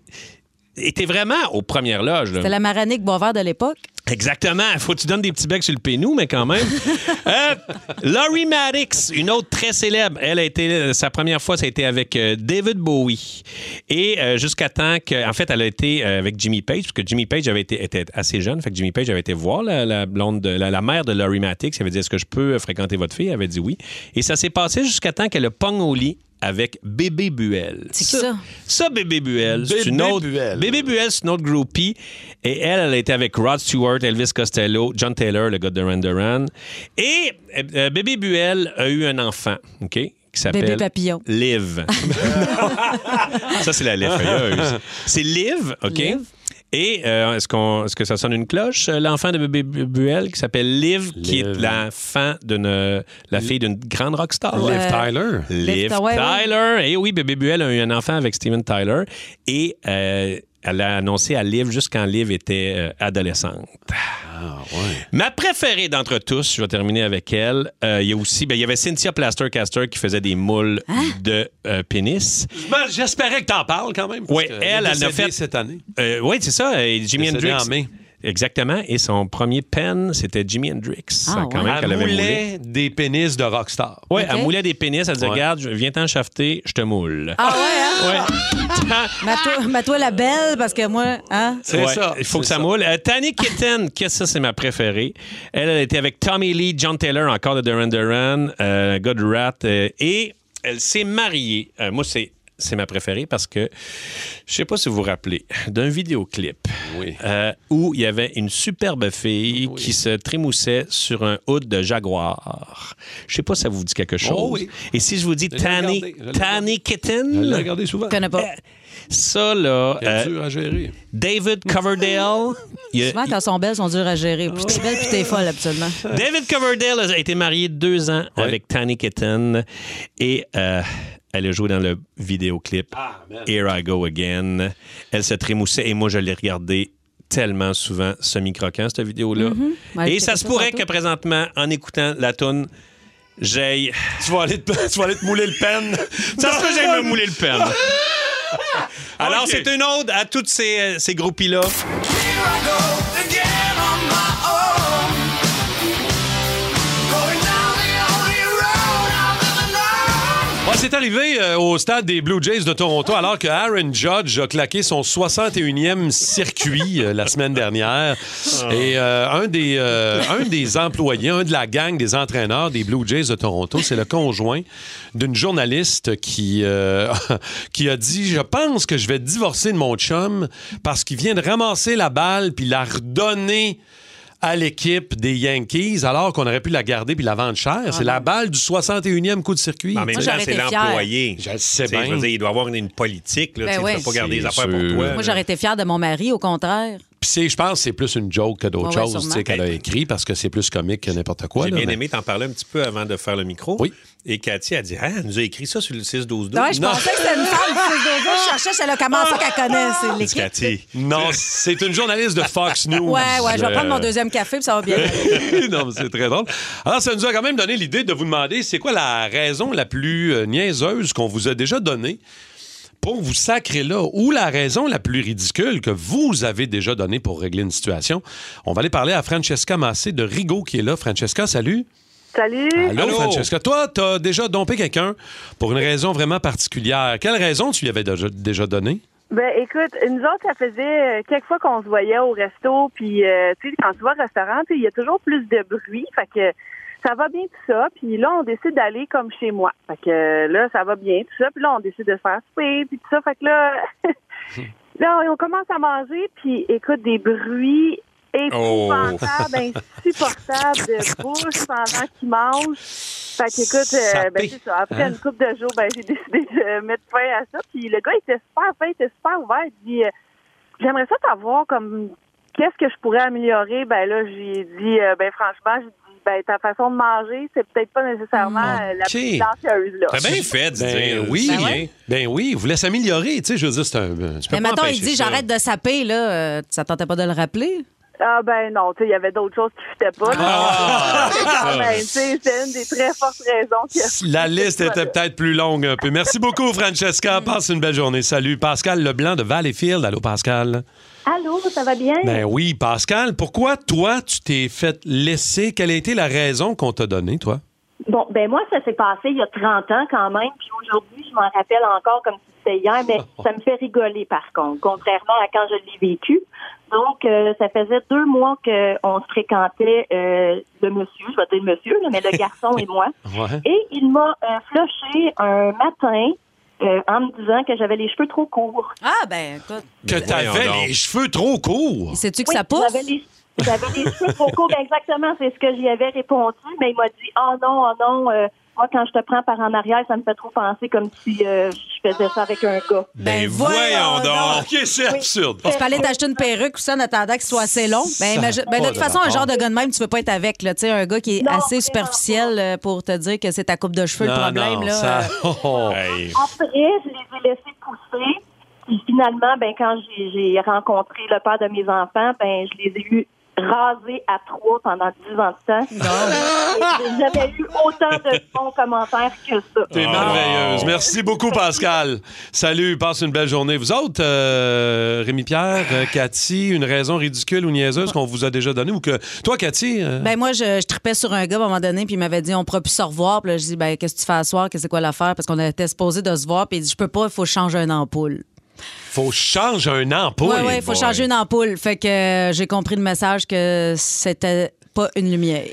[SPEAKER 4] elle était vraiment aux premières loges. là.
[SPEAKER 3] C'était la maranique Boisvert de l'époque.
[SPEAKER 4] Exactement. Faut que tu donnes des petits becs sur le pénou, mais quand même. Euh, Laurie Maddox, une autre très célèbre. Elle a été, euh, sa première fois, ça a été avec euh, David Bowie. Et euh, jusqu'à temps que, en fait, elle a été euh, avec Jimmy Page, parce que Jimmy Page avait été, était assez jeune. Fait que Jimmy Page avait été voir la, la blonde, de- la, la mère de Laurie Maddox. Elle avait dit, est-ce que je peux euh, fréquenter votre fille? Elle avait dit oui. Et ça s'est passé jusqu'à temps qu'elle le pogne au lit avec Bébé Buell.
[SPEAKER 3] C'est qui ça?
[SPEAKER 4] Ça, Bébé Buell, c'est
[SPEAKER 2] Bébé
[SPEAKER 4] une autre.
[SPEAKER 2] Buell.
[SPEAKER 4] Bébé Buell, c'est une autre groupie. Et elle, elle a été avec Rod Stewart, Elvis Costello, John Taylor, le gars de Duran Duran. Et euh, euh, Bébé Buell a eu un enfant, OK? Qui s'appelle.
[SPEAKER 3] Bébé papillon.
[SPEAKER 4] Liv. ça, c'est la lèvreuse. C'est Liv, OK?
[SPEAKER 3] Liv.
[SPEAKER 4] Et euh, est-ce qu'on, est-ce que ça sonne une cloche? euh, L'enfant de Bébé Bu- Buell qui s'appelle Liv, qui est
[SPEAKER 2] Liv.
[SPEAKER 4] l'enfant d'une, la fille d'une grande rockstar.
[SPEAKER 2] Liv Tyler.
[SPEAKER 4] Liv
[SPEAKER 3] Liv- ouais, ouais.
[SPEAKER 4] Tyler. Et oui, bébé Buell a eu un enfant avec Steven Tyler. Et euh, elle a annoncé à Liv juste quand Liv était euh, adolescente.
[SPEAKER 2] Ah,
[SPEAKER 4] Ma préférée d'entre tous, je vais terminer avec elle. euh, Il y a aussi, ben, il y avait Cynthia Plaster-Caster qui faisait des moules de euh, pénis.
[SPEAKER 2] Ben, J'espérais que t'en parles quand même.
[SPEAKER 4] Oui,
[SPEAKER 2] parce
[SPEAKER 4] elle,
[SPEAKER 2] que il est
[SPEAKER 4] elle l'a
[SPEAKER 2] décédé
[SPEAKER 4] fait-
[SPEAKER 2] cette année.
[SPEAKER 4] Euh, oui, c'est ça. et Jimmy
[SPEAKER 2] Décédé
[SPEAKER 4] Hendrix.
[SPEAKER 2] en mai.
[SPEAKER 4] Exactement. Et son premier pen, c'était Jimi Hendrix.
[SPEAKER 3] Ah,
[SPEAKER 4] quand
[SPEAKER 3] ouais.
[SPEAKER 4] même qu'elle
[SPEAKER 2] Elle
[SPEAKER 4] avait moulé.
[SPEAKER 2] moulait des pénis de rockstar.
[SPEAKER 4] Oui,
[SPEAKER 3] Ok.
[SPEAKER 4] elle moulait des pénis. Elle disait,
[SPEAKER 2] Ouais.
[SPEAKER 4] regarde, je- viens t'en chafter, je te moule.
[SPEAKER 3] Ah ouais, hein?
[SPEAKER 4] Ouais.
[SPEAKER 3] Matois toi la belle, parce que moi, hein?
[SPEAKER 2] C'est
[SPEAKER 4] Ouais,
[SPEAKER 2] ça.
[SPEAKER 4] Il faut que
[SPEAKER 2] c'est
[SPEAKER 4] ça, moule. Euh, Tani Kitten, que ça, c'est ma préférée. Elle, elle était avec Tommy Lee, John Taylor, encore de Duran Duran, euh, God Rat, euh, et elle s'est mariée. Euh, moi, c'est. C'est ma préférée parce que je sais pas si vous vous rappelez d'un vidéoclip
[SPEAKER 2] Oui.
[SPEAKER 4] euh, où il y avait une superbe fille qui se trémoussait sur un hood de jaguar. Je sais pas si ça vous dit quelque chose.
[SPEAKER 2] Oh oui.
[SPEAKER 4] Et si je vous dis
[SPEAKER 2] Je l'ai
[SPEAKER 4] Tani,
[SPEAKER 2] regardé, je l'ai
[SPEAKER 4] Tani
[SPEAKER 2] Je l'ai
[SPEAKER 4] Kitten,
[SPEAKER 2] regardé souvent.
[SPEAKER 3] Je connais pas.
[SPEAKER 4] ça là,
[SPEAKER 2] C'est
[SPEAKER 4] euh,
[SPEAKER 2] dur à gérer.
[SPEAKER 4] David Coverdale. il a-
[SPEAKER 3] Souvent, quand elles sont belles, elles sont dures à gérer. Puis t'es belle, puis t'es folle, absolument.
[SPEAKER 4] David Coverdale a été marié deux ans avec Tani Kitten et euh, elle a joué dans le vidéoclip
[SPEAKER 2] Ah,
[SPEAKER 4] Here I Go Again. Elle se trémoussait et moi, je l'ai regardé tellement souvent semi-croquant, cette vidéo-là.
[SPEAKER 3] Mm-hmm. Ouais,
[SPEAKER 4] et
[SPEAKER 3] j'ai
[SPEAKER 4] ça
[SPEAKER 3] checké
[SPEAKER 4] se
[SPEAKER 3] ça
[SPEAKER 4] pourrait
[SPEAKER 3] tantôt.
[SPEAKER 4] que présentement, en écoutant la toune, j'aille...
[SPEAKER 2] Tu vas aller te, tu vas aller te mouler le pen.
[SPEAKER 4] Ça se peut que j'aille me mouler le pen. Alors, c'est une ode à toutes ces, euh, ces groupies-là.
[SPEAKER 2] Ouais, c'est arrivé euh, au stade des Blue Jays de Toronto alors que Aaron Judge a claqué son 61e circuit euh, la semaine dernière. Et euh, un, des, euh, un des employés, un de la gang des entraîneurs des Blue Jays de Toronto, c'est le conjoint d'une journaliste qui, euh, qui a dit Je pense que je vais divorcer de mon chum parce qu'il vient de ramasser la balle puis la redonner à l'équipe des Yankees alors qu'on aurait pu la garder puis la vendre cher. c'est la balle du 61e coup de circuit.
[SPEAKER 4] En même
[SPEAKER 3] Moi,
[SPEAKER 4] temps,
[SPEAKER 3] j'aurais
[SPEAKER 4] c'est
[SPEAKER 3] été
[SPEAKER 4] l'employé.
[SPEAKER 2] Je le sais
[SPEAKER 4] Tu sais,
[SPEAKER 2] bien.
[SPEAKER 4] Je veux dire, il doit avoir une, une politique. Là,
[SPEAKER 3] Ben
[SPEAKER 4] tu sais,
[SPEAKER 3] ouais.
[SPEAKER 4] Tu ne peux pas garder les
[SPEAKER 2] C'est
[SPEAKER 4] affaires
[SPEAKER 2] sûr.
[SPEAKER 4] pour toi.
[SPEAKER 3] Moi, j'aurais été fière de mon mari, au contraire.
[SPEAKER 2] Puis c'est- je pense que c'est plus une joke que d'autres
[SPEAKER 3] Ouais, ouais,
[SPEAKER 2] choses tu sais,
[SPEAKER 3] sûrement.
[SPEAKER 2] qu'elle a écrit parce que c'est plus comique que n'importe quoi.
[SPEAKER 4] J'ai
[SPEAKER 2] là,
[SPEAKER 4] bien
[SPEAKER 2] mais-
[SPEAKER 4] aimé t'en parler un petit peu avant de faire le micro.
[SPEAKER 2] Oui.
[SPEAKER 4] Et Cathy a dit Ah, elle nous a écrit ça sur le 6-12-12.
[SPEAKER 3] Ouais, je
[SPEAKER 2] Non.
[SPEAKER 3] pensais que c'était une femme. c'est deux gars. Je cherchais, c'est le comment ça qu'elle connaît. C'est
[SPEAKER 4] Elle dit,
[SPEAKER 3] l'équipe.
[SPEAKER 4] Cathy.
[SPEAKER 2] Non, c'est une journaliste de Fox News.
[SPEAKER 3] Ouais, ouais, je vais
[SPEAKER 2] Euh,
[SPEAKER 3] prendre mon deuxième café, puis ça va bien. aller.
[SPEAKER 2] non, mais c'est très drôle. Alors, ça nous a quand même donné l'idée de vous demander c'est quoi la raison la plus euh, niaiseuse qu'on vous a déjà donnée pour vous sacrer là, ou la raison la plus ridicule que vous avez déjà donnée pour régler une situation. On va aller parler à Francesca Massé de Rigaud qui est là. Francesca, salut.
[SPEAKER 10] Salut.
[SPEAKER 2] Allô,
[SPEAKER 4] Allô?
[SPEAKER 2] Francesca. Toi, t'as déjà dompé quelqu'un pour une raison vraiment particulière. Quelle raison tu lui avais déjà- déjà donnée?
[SPEAKER 10] Ben écoute, nous autres, ça faisait euh, quelques fois qu'on se voyait au resto, puis euh, tu sais, quand tu vas au restaurant, tu sais, il y a toujours plus de bruit, fait que ça va bien tout ça, puis là, on décide d'aller comme chez moi. Fait que euh, là, ça va bien tout ça, puis là, on décide de se faire souper, puis tout ça, fait que là, là, on commence à manger, puis écoute, des bruits
[SPEAKER 2] Oh.
[SPEAKER 10] épouvantables, insupportables de bouche pendant qu'ils mangent. Fait que, écoute, euh,
[SPEAKER 4] Ça
[SPEAKER 10] ben,
[SPEAKER 4] pique.
[SPEAKER 10] c'est ça.
[SPEAKER 2] hein?
[SPEAKER 10] Après une couple de jours, ben, j'ai décidé de mettre fin à ça. Puis le gars, il était super fin, il était super ouvert. Il dit euh, J'aimerais ça t'avoir comme qu'est-ce que je pourrais améliorer. Ben là, j'ai dit euh, Ben franchement, j'ai dit ben, ta façon de manger, c'est peut-être pas nécessairement
[SPEAKER 2] Hmm,
[SPEAKER 10] euh, la plus dangereuse, là.
[SPEAKER 4] T'as bien fait de
[SPEAKER 2] ben,
[SPEAKER 4] dire. hein?
[SPEAKER 2] Oui,
[SPEAKER 4] c'est
[SPEAKER 2] ben,
[SPEAKER 4] bien.
[SPEAKER 2] oui, il voulait s'améliorer. Tu sais, je veux dire, c'est un. Tu peux
[SPEAKER 3] Mais
[SPEAKER 2] pas
[SPEAKER 3] mettons, il
[SPEAKER 2] empêcher
[SPEAKER 3] dit
[SPEAKER 2] ça.
[SPEAKER 3] j'arrête de saper, là. euh, ça tentait pas de le rappeler?
[SPEAKER 10] Ah ben non, tu sais, il y avait d'autres choses qui fitaient pas. là.
[SPEAKER 2] Ah!
[SPEAKER 10] Mais
[SPEAKER 3] ben,
[SPEAKER 10] quand même, tu sais, c'est une des très fortes raisons qui a-
[SPEAKER 2] La liste était peut-être plus longue un peu. Merci beaucoup,
[SPEAKER 3] Mm.
[SPEAKER 2] Francesca. Passe une belle journée. Salut. Pascal Leblanc de Valleyfield. Allô, Pascal.
[SPEAKER 11] Allô, ça va bien?
[SPEAKER 2] Ben oui, Pascal, pourquoi toi, tu t'es fait laisser? Quelle a été la raison qu'on t'a donnée, toi?
[SPEAKER 11] Bon, ben moi, ça s'est passé il y a 30 ans quand même, puis aujourd'hui, je m'en rappelle encore comme si c'était hier, mais ça me fait rigoler par contre, contrairement à quand je l'ai vécu. Donc, euh, ça faisait deux mois qu'on se fréquentait, euh, le monsieur, je vais dire le monsieur, là, mais le garçon et moi.
[SPEAKER 12] Ouais.
[SPEAKER 11] Et il m'a euh, flushé un matin euh, en me disant que j'avais les cheveux trop courts.
[SPEAKER 3] Ah, ben, écoute.
[SPEAKER 2] Que t'avais les cheveux trop courts.
[SPEAKER 3] Sais-tu
[SPEAKER 11] Oui, j'avais les- J'avais les cheveux trop courts. Ben, exactement, c'est ce que j'y avais répondu, mais il m'a dit Oh non, oh non, euh, moi, quand je te prends par en arrière, ça me fait trop penser comme si euh, je faisais ça avec un gars.
[SPEAKER 2] Ben voyons donc. OK, c'est absurde.
[SPEAKER 3] Tu parlais t'acheter une perruque ou ça en attendant qu'il soit assez long. Ben,
[SPEAKER 2] Ça
[SPEAKER 3] imagine- ben,
[SPEAKER 2] a pas
[SPEAKER 3] de toute
[SPEAKER 2] de
[SPEAKER 3] façon, un
[SPEAKER 2] rapport.
[SPEAKER 3] genre de gars de même, tu veux pas être avec. Là. Tu sais, Un gars qui est assez superficiel euh, pour te dire que c'est ta coupe de cheveux le problème. là, euh,
[SPEAKER 2] oh,
[SPEAKER 11] Après, je les ai laissés pousser. Puis finalement, ben, quand j'ai- j'ai rencontré le père de mes enfants, ben, je les ai eu rasés à trois pendant 10 ans de temps. Et J'ai jamais eu autant de bons commentaires que ça.
[SPEAKER 2] Ah. T'es merveilleuse. Merci beaucoup, Pascal. Salut, passe une belle journée. Vous autres, euh, Rémi-Pierre, euh, Cathy, une raison ridicule ou niaiseuse qu'on vous a déjà donnée ou que... Toi, Cathy... euh,
[SPEAKER 3] Ben moi, je, je tripais sur un gars à un moment donné, puis il m'avait dit on pourra plus se revoir. Puis là, je dis ben qu'est-ce que tu fais à soir, qu'est-ce que c'est quoi l'affaire Parce qu'on était supposé de se voir, puis il dit je peux pas, il faut changer une ampoule.
[SPEAKER 2] Faut changer un ampoule.
[SPEAKER 3] ouais, ouais, il faut changer une ampoule. Fait que euh, j'ai compris le message que c'était pas une lumière.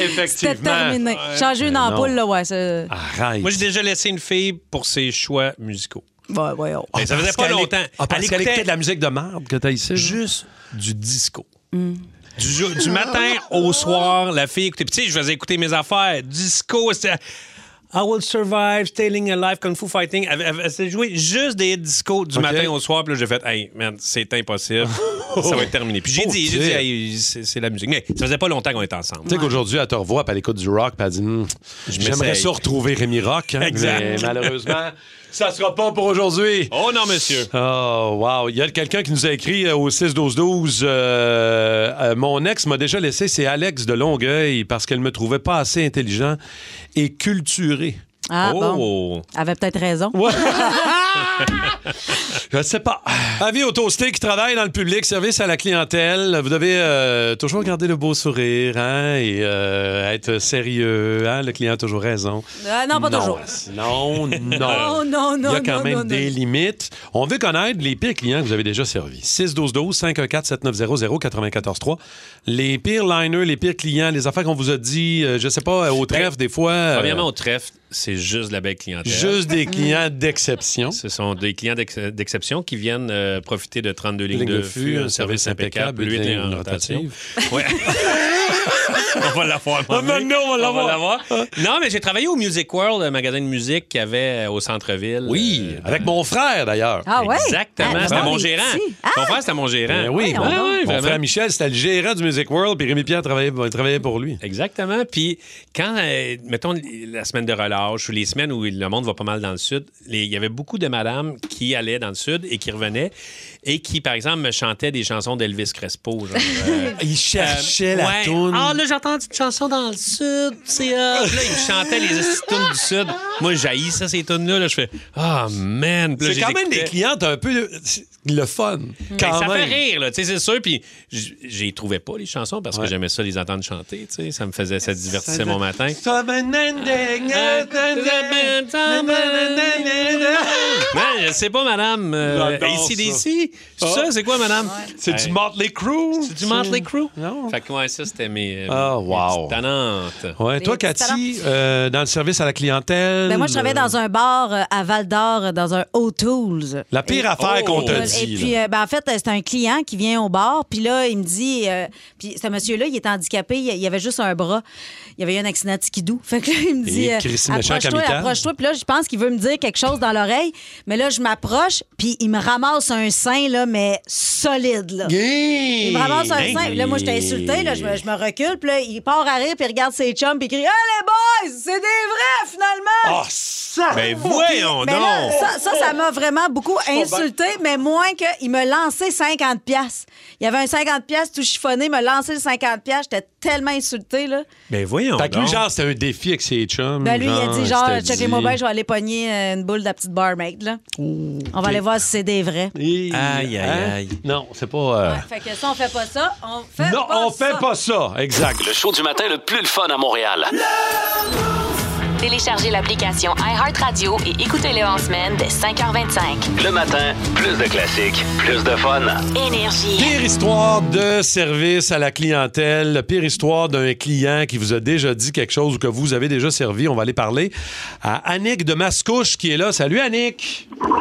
[SPEAKER 2] Effectivement.
[SPEAKER 3] C'était terminé. Changer une
[SPEAKER 4] Mais non. Ah.
[SPEAKER 3] ampoule, là, ouais. c'est-
[SPEAKER 2] Arrête.
[SPEAKER 4] Moi, j'ai déjà laissé une fille pour ses choix musicaux.
[SPEAKER 3] Ouais, voyons.
[SPEAKER 4] Mais ça faisait
[SPEAKER 2] parce
[SPEAKER 4] pas
[SPEAKER 2] qu'elle
[SPEAKER 4] longtemps.
[SPEAKER 2] est- ah, parce qu'elle écoutait de la musique de marde que t'as ici.
[SPEAKER 4] Juste du disco. Du, jour- du matin au soir, la fille écoutait. Puis tu sais, je faisais écouter mes affaires. Disco, c'était. I Will Survive, Staying Alive, Kung Fu Fighting. Elle- Elle elle s'est jouée juste des hits disco du
[SPEAKER 2] Ok.
[SPEAKER 4] matin au soir. Puis là, j'ai fait, hey, man, c'est impossible. ça va être terminé. Puis j'ai
[SPEAKER 2] Oh,
[SPEAKER 4] dit, j'ai dit,
[SPEAKER 2] shit.
[SPEAKER 4] Hey, c'est c'est la musique. Mais ça faisait pas longtemps qu'on était ensemble.
[SPEAKER 2] Tu sais qu'aujourd'hui, elle te revoit, puis elle écoute du rock, puis elle dit Hum, J'aimerais
[SPEAKER 4] m'essaye.
[SPEAKER 2] ça retrouver Rémi Rock. hein,
[SPEAKER 4] Exact.
[SPEAKER 2] mais malheureusement, ça sera pas pour aujourd'hui.
[SPEAKER 4] Oh non, monsieur.
[SPEAKER 2] Oh, wow. Il y a quelqu'un qui nous a écrit euh, au 6-12-12 euh, euh, Mon ex m'a déjà laissé, c'est Alex de Longueuil, parce qu'elle me trouvait pas assez intelligent et culturé. Oh.
[SPEAKER 3] Ah,
[SPEAKER 4] bon.
[SPEAKER 3] Avait peut-être raison.
[SPEAKER 2] Je sais pas. Avis aux toastés qui travaillent dans le public, service à la clientèle. Vous devez euh, toujours garder le beau sourire hein, et euh, être sérieux. hein, le client a toujours raison.
[SPEAKER 3] Euh, non, pas toujours.
[SPEAKER 2] Non, non.
[SPEAKER 3] Oh, non, non,
[SPEAKER 2] Il y a quand
[SPEAKER 3] non,
[SPEAKER 2] même
[SPEAKER 3] non,
[SPEAKER 2] des limites. On veut connaître les pires clients que vous avez déjà servis. 612-12-514-7900-943. Les pires liners, les pires clients, les affaires qu'on vous a dit, euh, je sais pas, au trèfle, des fois. euh,
[SPEAKER 4] Premièrement, au trèfle, c'est juste de la belle clientèle.
[SPEAKER 2] Juste des clients d'exception.
[SPEAKER 4] Ce sont des clients d'ex- d'exception qui viennent euh, profiter de 32 lignes
[SPEAKER 2] Ligne
[SPEAKER 4] de
[SPEAKER 2] de
[SPEAKER 4] fût, un service impeccable,
[SPEAKER 2] huit
[SPEAKER 4] huit lignes
[SPEAKER 2] lignes
[SPEAKER 4] en
[SPEAKER 2] en
[SPEAKER 4] rotation. Ouais. on va l'avoir.
[SPEAKER 2] Ah, non, non, on va l'avoir. Ah.
[SPEAKER 4] Non, mais j'ai travaillé au Music World, un magasin de musique qu'il y avait euh, au centre-ville.
[SPEAKER 2] Oui,
[SPEAKER 4] Euh,
[SPEAKER 2] avec mon frère d'ailleurs.
[SPEAKER 3] Ah ouais?
[SPEAKER 4] Exactement,
[SPEAKER 3] Ah,
[SPEAKER 4] c'était
[SPEAKER 3] bon,
[SPEAKER 4] mon
[SPEAKER 3] les
[SPEAKER 4] gérant.
[SPEAKER 3] petits.
[SPEAKER 4] Mon frère, c'était mon gérant.
[SPEAKER 2] Ben oui,
[SPEAKER 4] Ouais,
[SPEAKER 2] mon,
[SPEAKER 4] ouais,
[SPEAKER 2] mon
[SPEAKER 4] vraiment.
[SPEAKER 2] frère Michel, c'était le gérant du Music World, puis Rémi Pierre travaillait, travaillait pour lui.
[SPEAKER 4] Exactement. Puis quand, euh, mettons, la semaine de relâche ou les semaines où le monde va pas mal dans le sud, les- il y avait beaucoup de madames qui allaient dans le sud et qui revenaient et qui, par exemple, me chantaient des chansons d'Elvis Crespo. Genre, euh,
[SPEAKER 2] Il cherchait la
[SPEAKER 4] ouais.
[SPEAKER 2] toune.
[SPEAKER 4] Ah, là, j'ai entendu une chanson dans le sud. euh. C'est hot. Puis là, ils me chantaient les esti de tounes du sud. Moi, j'haïs ça, ces tounes-là. là. je fais, ah, man. Puis là,
[SPEAKER 2] C'est
[SPEAKER 4] je les
[SPEAKER 2] quand même des
[SPEAKER 4] écoutais.
[SPEAKER 2] clientes un peu le- c'est le fun.
[SPEAKER 4] Ben,
[SPEAKER 2] Quand
[SPEAKER 4] ça
[SPEAKER 2] même.
[SPEAKER 4] fait rire, là, tu sais, c'est sûr. Puis j- j'y trouvais pas les chansons parce que j'aimais ça les entendre chanter, tu sais. Ça me faisait, ça divertissait mon matin. Non, Ben, je sais pas, madame. Euh,
[SPEAKER 2] J'adore Ah.
[SPEAKER 4] ACDC? C'est ça, c'est quoi, madame?
[SPEAKER 2] C'est du Motley Crue.
[SPEAKER 4] C'est du Motley Crue?
[SPEAKER 2] Non.
[SPEAKER 4] Fait que, ouais, ça, c'était mes, mais
[SPEAKER 2] Ah, wow.
[SPEAKER 4] wow. tannante.
[SPEAKER 2] Ouais,
[SPEAKER 3] Des
[SPEAKER 2] toi,
[SPEAKER 3] petits
[SPEAKER 2] Cathy, euh, dans le service à la clientèle.
[SPEAKER 3] Ben, moi, je travaillais dans un bar euh, à Val d'Or, euh, dans un O'Tools.
[SPEAKER 2] La pire affaire qu'on te dit,
[SPEAKER 3] Et puis,
[SPEAKER 2] là.
[SPEAKER 3] euh, ben, en fait, euh, c'est un client qui vient au bar, puis là, il me dit. euh, puis ce monsieur-là, il est handicapé, il il avait juste un bras. Il avait eu un accident de skidoo. Fait que là, il me
[SPEAKER 2] Et
[SPEAKER 3] dit. euh,
[SPEAKER 2] Christy méchant
[SPEAKER 3] approche-toi,
[SPEAKER 2] kamikaze.
[SPEAKER 3] approche-toi. Puis là, je pense qu'il veut me dire quelque chose dans l'oreille. Mais là, je m'approche, puis il me ramasse un sein, là, mais solide, là.
[SPEAKER 2] Il
[SPEAKER 3] me ramasse un
[SPEAKER 2] Hey!
[SPEAKER 3] sein. Puis là, moi, j'étais insulté, là, je me, je me recule, puis là, il part à rire, puis il regarde ses chums, puis il crie Hey, les boys, c'est des vrais, finalement!
[SPEAKER 2] Ah, ça! Ben voyons
[SPEAKER 3] Mais là,
[SPEAKER 2] donc! ben.
[SPEAKER 3] ça, ça, ça m'a vraiment beaucoup insulté, mais moins qu'il me lançait 50 pièces. Il y avait un 50 pièces tout chiffonné, il me lançait le 50 pièces, j'étais tellement insultée là.
[SPEAKER 4] Ben voyons.
[SPEAKER 2] Fait que lui,
[SPEAKER 4] donc.
[SPEAKER 2] genre, c'était un défi avec ses chums.
[SPEAKER 3] Ben lui, il a dit genre
[SPEAKER 2] c'était
[SPEAKER 3] check les
[SPEAKER 2] dit-
[SPEAKER 3] moi bien, je vais aller pogner euh, une boule de la petite barmaid là. On va aller voir si c'est des vrais.
[SPEAKER 2] Aïe,
[SPEAKER 4] aïe,
[SPEAKER 2] Hein?
[SPEAKER 4] aïe.
[SPEAKER 2] Non, c'est pas. euh,
[SPEAKER 3] Fait que ça on fait pas ça, on fait
[SPEAKER 2] non,
[SPEAKER 3] pas
[SPEAKER 2] on
[SPEAKER 3] ça.
[SPEAKER 2] fait pas ça. Exact.
[SPEAKER 12] Le show du matin le plus le fun à Montréal.
[SPEAKER 1] Téléchargez l'application iHeartRadio et écoutez-le en semaine dès 5h25.
[SPEAKER 12] Le matin, plus de classiques, plus de fun.
[SPEAKER 1] Énergie.
[SPEAKER 2] Pire histoire de service à la clientèle, pire histoire d'un client qui vous a déjà dit quelque chose ou que vous avez déjà servi. On va aller parler à Annick de Mascouche qui est là. Salut Annick!
[SPEAKER 13] Allô?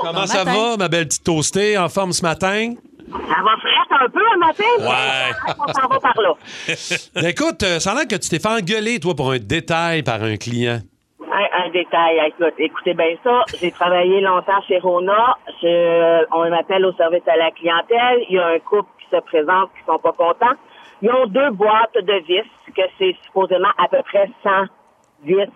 [SPEAKER 2] Comment ça va, ma belle petite toastée, en forme ce matin?
[SPEAKER 13] Ça va frette un peu le matin? mais On s'en va par là.
[SPEAKER 2] Écoute, euh, ça a l'air que tu t'es fait engueuler, toi, pour un détail par un client.
[SPEAKER 13] Un, un détail, écoute, écoutez bien ça. J'ai travaillé longtemps chez Rona. Je- on m'appelle au service à la clientèle. Il y a un couple qui se présente qui sont pas contents. Ils ont deux boîtes de vis, que c'est supposément à peu près 100 vis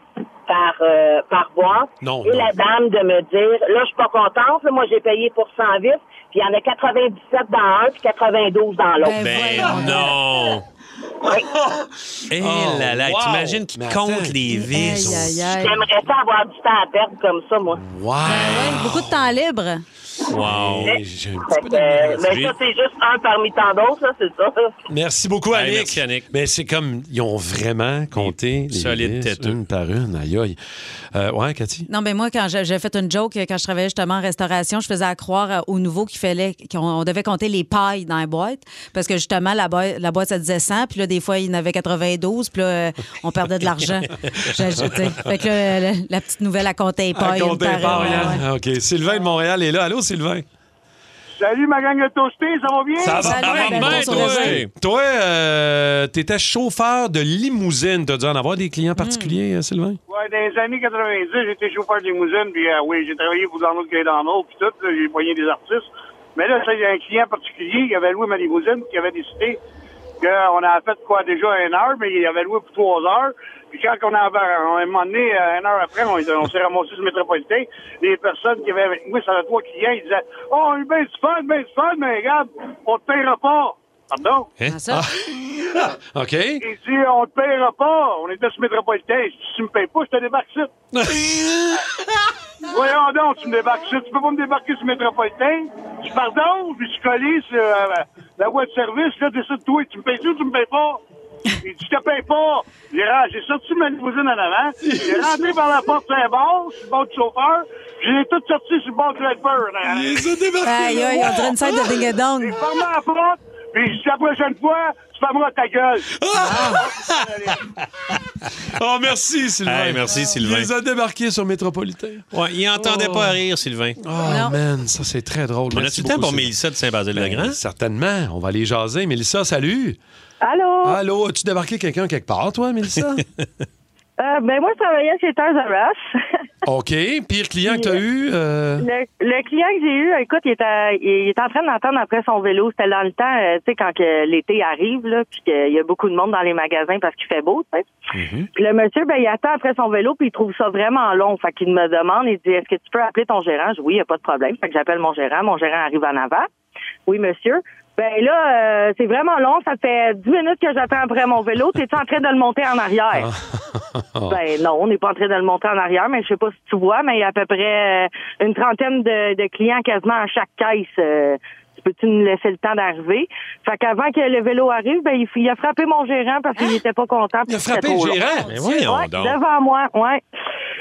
[SPEAKER 13] par, euh, par boîte.
[SPEAKER 2] Non,
[SPEAKER 13] Et
[SPEAKER 2] non.
[SPEAKER 13] la dame de me dire, là, je suis pas contente. là, moi, j'ai payé pour 100 vis. Puis il y en a 97 dans un, puis 92 dans l'autre.
[SPEAKER 4] Ben non! Hé
[SPEAKER 2] Oh,
[SPEAKER 4] là là,
[SPEAKER 13] wow.
[SPEAKER 4] t'imagines qu'il compte les vis.
[SPEAKER 3] Aïe, aïe, aïe. Ben
[SPEAKER 13] J'aimerais ça avoir du temps à perdre comme ça, moi.
[SPEAKER 4] Wow!
[SPEAKER 3] Beaucoup de temps libre.
[SPEAKER 4] Wow!
[SPEAKER 13] Mais-
[SPEAKER 2] J'ai-
[SPEAKER 13] Fait que, euh, mais ça, c'est juste un parmi tant d'autres, là, c'est ça.
[SPEAKER 2] Merci beaucoup, Annick. Mais c'est comme, ils ont vraiment compté les
[SPEAKER 4] solide
[SPEAKER 2] listes,
[SPEAKER 4] têteux.
[SPEAKER 2] une par une. Aïe, aïe. Euh, ouais, Cathy?
[SPEAKER 3] Non, mais moi, quand j'ai j'ai fait une joke, euh, quand je travaillais justement en restauration, je faisais à croire euh, aux nouveaux qu'il fallait qu'on on devait compter les pailles dans la boîte. Parce que justement, la, boi- la boîte, ça disait 100, puis là, des fois, il y en avait 92, puis là, euh, on perdait de l'argent. J'ai- j'ai- t'sais. fait que là, la, la petite nouvelle à compter les pailles.
[SPEAKER 2] Ah,
[SPEAKER 3] une
[SPEAKER 2] comptez
[SPEAKER 3] par une,
[SPEAKER 2] pas,
[SPEAKER 3] ouais,
[SPEAKER 2] hein?
[SPEAKER 3] ouais.
[SPEAKER 2] Ah, OK. Sylvain de Montréal est là. Allô, Sylvain?
[SPEAKER 7] Salut, ma gang de toastés, ça va bien?
[SPEAKER 2] Ça va
[SPEAKER 3] Ben,
[SPEAKER 7] bien,
[SPEAKER 2] bien, toi? Toi, euh, t'étais chauffeur de limousine. T'as dû en avoir des
[SPEAKER 3] Mm.
[SPEAKER 2] clients particuliers, euh, Sylvain?
[SPEAKER 7] Ouais, dans les années 90, j'étais chauffeur de limousine, puis euh, oui, j'ai travaillé pour dans l'autre que dans l'autre, puis tout, là, j'ai voyé des artistes. Mais là, ça, il y a un client particulier, il avait loué ma limousine, qui avait décidé qu'on a fait quoi déjà une heure, mais il avait loué pour trois heures. Puis quand on avait, on, à un moment donné, euh, une heure après, on, on s'est ramassé du métropolitain, les personnes qui avaient avec moi, ça avait trois clients, ils disaient « Oh, ben c'est fun, ben c'est fun, mais regarde, on te paiera pas! » Pardon?
[SPEAKER 2] Hein? Ah, OK.
[SPEAKER 7] Il dit, on te paiera pas. On était sur Métropolitain. Je dis, Si tu me payes pas, je te débarque ici. Voyons donc, tu me débarques ici. Tu peux pas me débarquer sur Métropolitain. Je dis, pardon, puis je suis collé sur euh, la voie de service. Là, décide toi. Tu me payes ou tu me payes pas? Il dit, je te paye pas. J'ai ra- j'ai sorti ma limousine en avant. J'ai rentré par la porte Saint-Bord, sur le bord du chauffeur. Je l'ai tout sorti sur le bord du helper.
[SPEAKER 2] Il les a débarqués.
[SPEAKER 3] Aïe, aïe, on dirait une scène de ding-a-dong.
[SPEAKER 7] J'ai fermé la porte, puis je dis, la prochaine fois, tu fermeras ta gueule. Ah!
[SPEAKER 2] Oh, merci, Sylvain.
[SPEAKER 4] Hey, merci, Sylvain.
[SPEAKER 2] Il les a débarqués sur Métropolitain.
[SPEAKER 4] Ouais, il entendait
[SPEAKER 2] Oh.
[SPEAKER 4] pas à rire, Sylvain.
[SPEAKER 2] Oh, man, ça, c'est très drôle.
[SPEAKER 4] On a
[SPEAKER 2] Merci
[SPEAKER 4] du temps
[SPEAKER 2] beaucoup,
[SPEAKER 4] pour
[SPEAKER 2] Sylvain.
[SPEAKER 4] Mélissa de Saint-Basile-le-Grand?
[SPEAKER 2] Ben, certainement. On va aller jaser. Mélissa, salut.
[SPEAKER 13] Allô?
[SPEAKER 2] Allô, as-tu débarqué quelqu'un quelque part, toi, Mélissa?
[SPEAKER 13] Euh, ben moi, je travaillais chez Toys R Us.
[SPEAKER 2] OK. Pire client que tu as eu? euh,
[SPEAKER 13] Le, le client que j'ai eu, écoute, il était, il était en train d'entendre après son vélo. C'était dans le temps, euh, tu sais, quand que l'été arrive, là, puis qu'il y a beaucoup de monde dans les magasins parce qu'il fait beau, tu sais.
[SPEAKER 2] Mhm.
[SPEAKER 13] Puis le monsieur, ben, il attend après son vélo, puis il trouve ça vraiment long. Fait qu'il me demande, il dit, est-ce que tu peux appeler ton gérant? Je dis, oui, il n'y a pas de problème. Fait que j'appelle mon gérant. Mon gérant arrive en avant. Oui, monsieur. Ben là, euh, c'est vraiment long. Ça fait 10 minutes que j'attends après mon vélo. T'es-tu en train de le monter en arrière?
[SPEAKER 4] Ah.
[SPEAKER 13] Ben non, on n'est pas en train de le monter en arrière, mais je sais pas si tu vois, mais il y a à peu près euh, une trentaine de, de clients quasiment à chaque caisse. euh, tu peux-tu nous laisser le temps d'arriver? Fait qu'avant que le vélo arrive, ben, il, f- il a frappé mon gérant parce qu'il n'était pas content.
[SPEAKER 2] Ah! Il a frappé le gérant? Mais voyons donc.
[SPEAKER 13] Devant moi, ouais.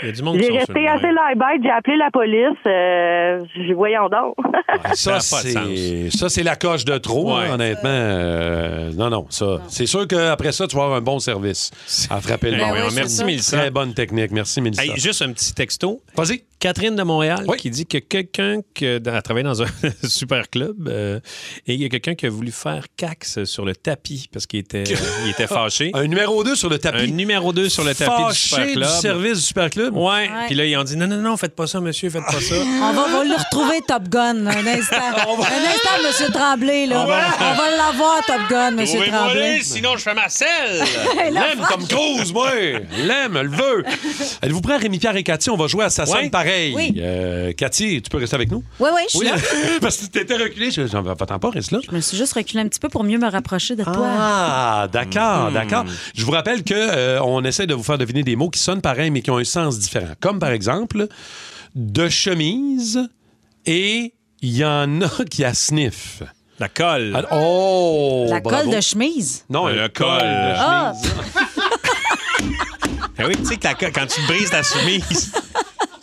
[SPEAKER 4] Il y a du monde qui
[SPEAKER 13] J'ai
[SPEAKER 4] sont sur
[SPEAKER 13] resté
[SPEAKER 4] le
[SPEAKER 13] assez la bête, j'ai appelé la police, euh, j'ai- voyons donc.
[SPEAKER 2] Ça,
[SPEAKER 4] Ça a pas de
[SPEAKER 2] c'est ça, c'est la coche de trop, hein, honnêtement. Euh, non, non, ça. C'est sûr qu'après ça, tu vas avoir un bon service à frapper le
[SPEAKER 4] Ben
[SPEAKER 2] bon.
[SPEAKER 4] oui, Merci, c'est ça. Mélissa.
[SPEAKER 2] Très bonne technique. Merci, Mélissa.
[SPEAKER 4] Hey, juste un petit texto.
[SPEAKER 2] Vas-y.
[SPEAKER 4] Catherine de Montréal qui dit que quelqu'un que, a travaillé dans un super club euh, et il y a quelqu'un qui a voulu faire cax sur le tapis parce qu'il était, euh, il était fâché.
[SPEAKER 2] Un numéro 2 sur le tapis.
[SPEAKER 4] Un numéro 2 sur le tapis du
[SPEAKER 2] Fâché
[SPEAKER 4] super
[SPEAKER 2] du
[SPEAKER 4] club.
[SPEAKER 2] service du super club.
[SPEAKER 4] Ouais. Puis là, ils ont dit non, non, non, faites pas ça, monsieur, faites pas ça.
[SPEAKER 3] On va, on va le retrouver, Top Gun, là, un instant. Un instant, M. Tremblay. Là.
[SPEAKER 4] On va-
[SPEAKER 3] On va l'avoir, Top Gun, M.
[SPEAKER 4] Trouvez-moi
[SPEAKER 3] Tremblay.
[SPEAKER 4] le, sinon je fais ma selle.
[SPEAKER 3] La
[SPEAKER 2] L'aime
[SPEAKER 3] phrase.
[SPEAKER 2] comme Cruise, moi! L'aime, le veut! Êtes-vous prêts, Rémi-Pierre et Cathy? On va jouer à Ça sonne
[SPEAKER 3] Oui.
[SPEAKER 2] pareil.
[SPEAKER 3] Oui.
[SPEAKER 2] Euh, Cathy, tu peux rester avec nous?
[SPEAKER 3] Oui, oui, je suis
[SPEAKER 2] Oui, hein?
[SPEAKER 3] là.
[SPEAKER 2] parce que t'étais reculé. Je- J'en t'en pas, reste là.
[SPEAKER 3] Je me suis juste reculée un petit peu pour mieux me rapprocher de toi.
[SPEAKER 2] Ah,
[SPEAKER 4] Hmm.
[SPEAKER 2] d'accord, d'accord. Je vous rappelle que euh, on essaie de vous faire deviner des mots qui sonnent pareils, mais qui ont un sens différent. Comme par exemple, de chemise et il y en a qui a sniff.
[SPEAKER 4] La colle. Euh,
[SPEAKER 2] oh!
[SPEAKER 3] La
[SPEAKER 2] bravo.
[SPEAKER 3] colle de chemise.
[SPEAKER 2] Non, euh,
[SPEAKER 4] Le
[SPEAKER 2] le
[SPEAKER 4] col.
[SPEAKER 2] col. de chemise.
[SPEAKER 3] Ah!
[SPEAKER 2] Ben
[SPEAKER 4] Ah oui, tu sais que la colle, quand tu brises ta soumise.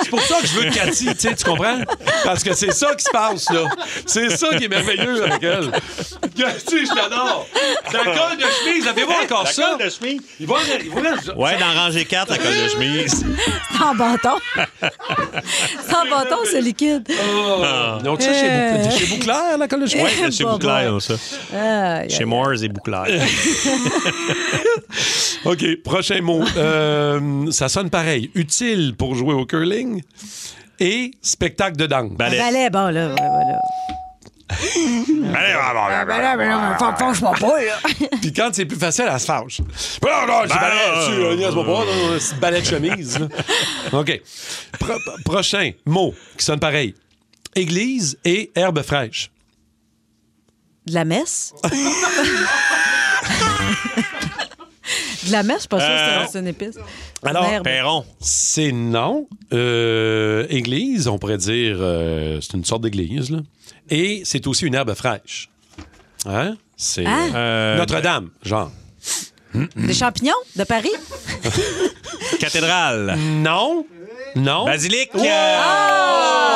[SPEAKER 2] C'est pour ça que je veux Cathy, tu sais, tu comprends? Parce que c'est ça qui se passe, là. C'est ça qui est merveilleux avec elle. Cathy, je l'adore. La colle de chemise, avez-vous encore
[SPEAKER 4] La
[SPEAKER 2] ça?
[SPEAKER 4] colle de
[SPEAKER 2] chemise? Il va, il va-
[SPEAKER 4] Ouais, dans rangée 4, la colle de chemise.
[SPEAKER 3] Sans bâton. Sans bâton, c'est liquide.
[SPEAKER 2] Oh. Donc ça, chez,
[SPEAKER 3] Euh.
[SPEAKER 2] Bouc- chez Bouclair, la colle de chemise?
[SPEAKER 3] Ouais, de chez Pas Bouclair, bon.
[SPEAKER 4] ça.
[SPEAKER 3] Aïe,
[SPEAKER 4] Chez
[SPEAKER 3] aïe.
[SPEAKER 4] Mars et Bouclair.
[SPEAKER 2] OK, prochain mot. Euh, ça sonne pareil. Utile pour jouer au curling et spectacle de danse.
[SPEAKER 3] Un balai, bon, là. ouais, voilà.
[SPEAKER 4] ah,
[SPEAKER 3] Franchement pas, là.
[SPEAKER 2] Puis quand c'est plus facile, elle se fâche. Bah, Non, non, c'est balai,
[SPEAKER 4] euh,
[SPEAKER 2] tu, euh, niaise pas, pas, non, non, c'est balai de chemise. là. OK. Pro- prochain mot qui sonne pareil. Église et herbe fraîche.
[SPEAKER 3] De la messe? De la messe, je suis pas sûre
[SPEAKER 4] Euh,
[SPEAKER 3] que c'est une épice.
[SPEAKER 2] Alors, ben,
[SPEAKER 3] Merde.
[SPEAKER 4] Perron.
[SPEAKER 2] C'est non. Euh, église, on pourrait dire, euh, c'est une sorte d'église. là. Et c'est aussi une herbe fraîche. Hein? C'est
[SPEAKER 3] Hein?
[SPEAKER 2] euh, Notre-Dame, genre.
[SPEAKER 3] Des champignons de Paris?
[SPEAKER 4] Cathédrale.
[SPEAKER 2] Non. Non.
[SPEAKER 4] Basilic.
[SPEAKER 3] Ah!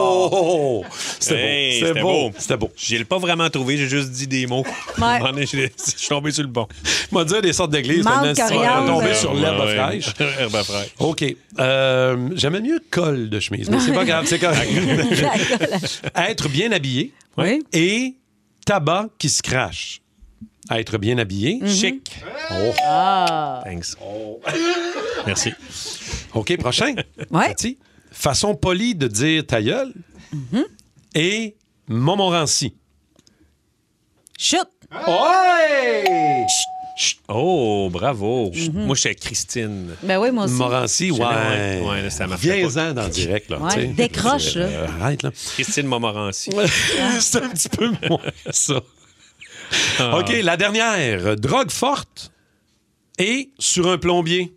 [SPEAKER 2] Oh! Oh! C'était
[SPEAKER 4] Hey,
[SPEAKER 2] beau.
[SPEAKER 4] c'était
[SPEAKER 2] C'était
[SPEAKER 4] beau.
[SPEAKER 2] beau. C'était beau.
[SPEAKER 4] Je l'ai pas vraiment trouvé, j'ai juste dit des mots. À un moment donné, Je l'ai- je suis tombé sur le bon.
[SPEAKER 2] On va dire des sortes d'églises.
[SPEAKER 3] Manque
[SPEAKER 2] maintenant, si tu vas
[SPEAKER 3] coriandre.
[SPEAKER 2] tomber sur l'herbe
[SPEAKER 4] Ouais, ouais.
[SPEAKER 2] fraîche.
[SPEAKER 4] Herbe fraîche.
[SPEAKER 2] OK. Euh, J'aimais mieux col de chemise, mais c'est pas grave, c'est correct. Être bien habillé
[SPEAKER 3] Oui.
[SPEAKER 2] et tabac qui se crache. Être bien habillé,
[SPEAKER 3] Mhm.
[SPEAKER 2] chic. Oh.
[SPEAKER 3] Ah!
[SPEAKER 4] Thanks. Oh. Merci.
[SPEAKER 2] OK, prochain.
[SPEAKER 3] Ouais.
[SPEAKER 2] Cathy. Façon polie de dire ta gueule
[SPEAKER 3] Mm-hmm.
[SPEAKER 2] et Montmorency.
[SPEAKER 3] Chut!
[SPEAKER 4] Oh, bravo. Moi, je suis avec Christine.
[SPEAKER 3] Mhm. Ben oui, moi aussi.
[SPEAKER 2] Montmorency, ouais.
[SPEAKER 4] Ouais, ouais, là, ça marchait pas.
[SPEAKER 2] Viens-en dans le direct, là.
[SPEAKER 3] Ouais,
[SPEAKER 2] tu sais.
[SPEAKER 3] décroche, là.
[SPEAKER 2] Euh, arrête, là.
[SPEAKER 4] Christine Montmorency.
[SPEAKER 2] C'est un petit peu moins ça.
[SPEAKER 4] Ah.
[SPEAKER 2] OK, la dernière. Drogue forte et sur un plombier.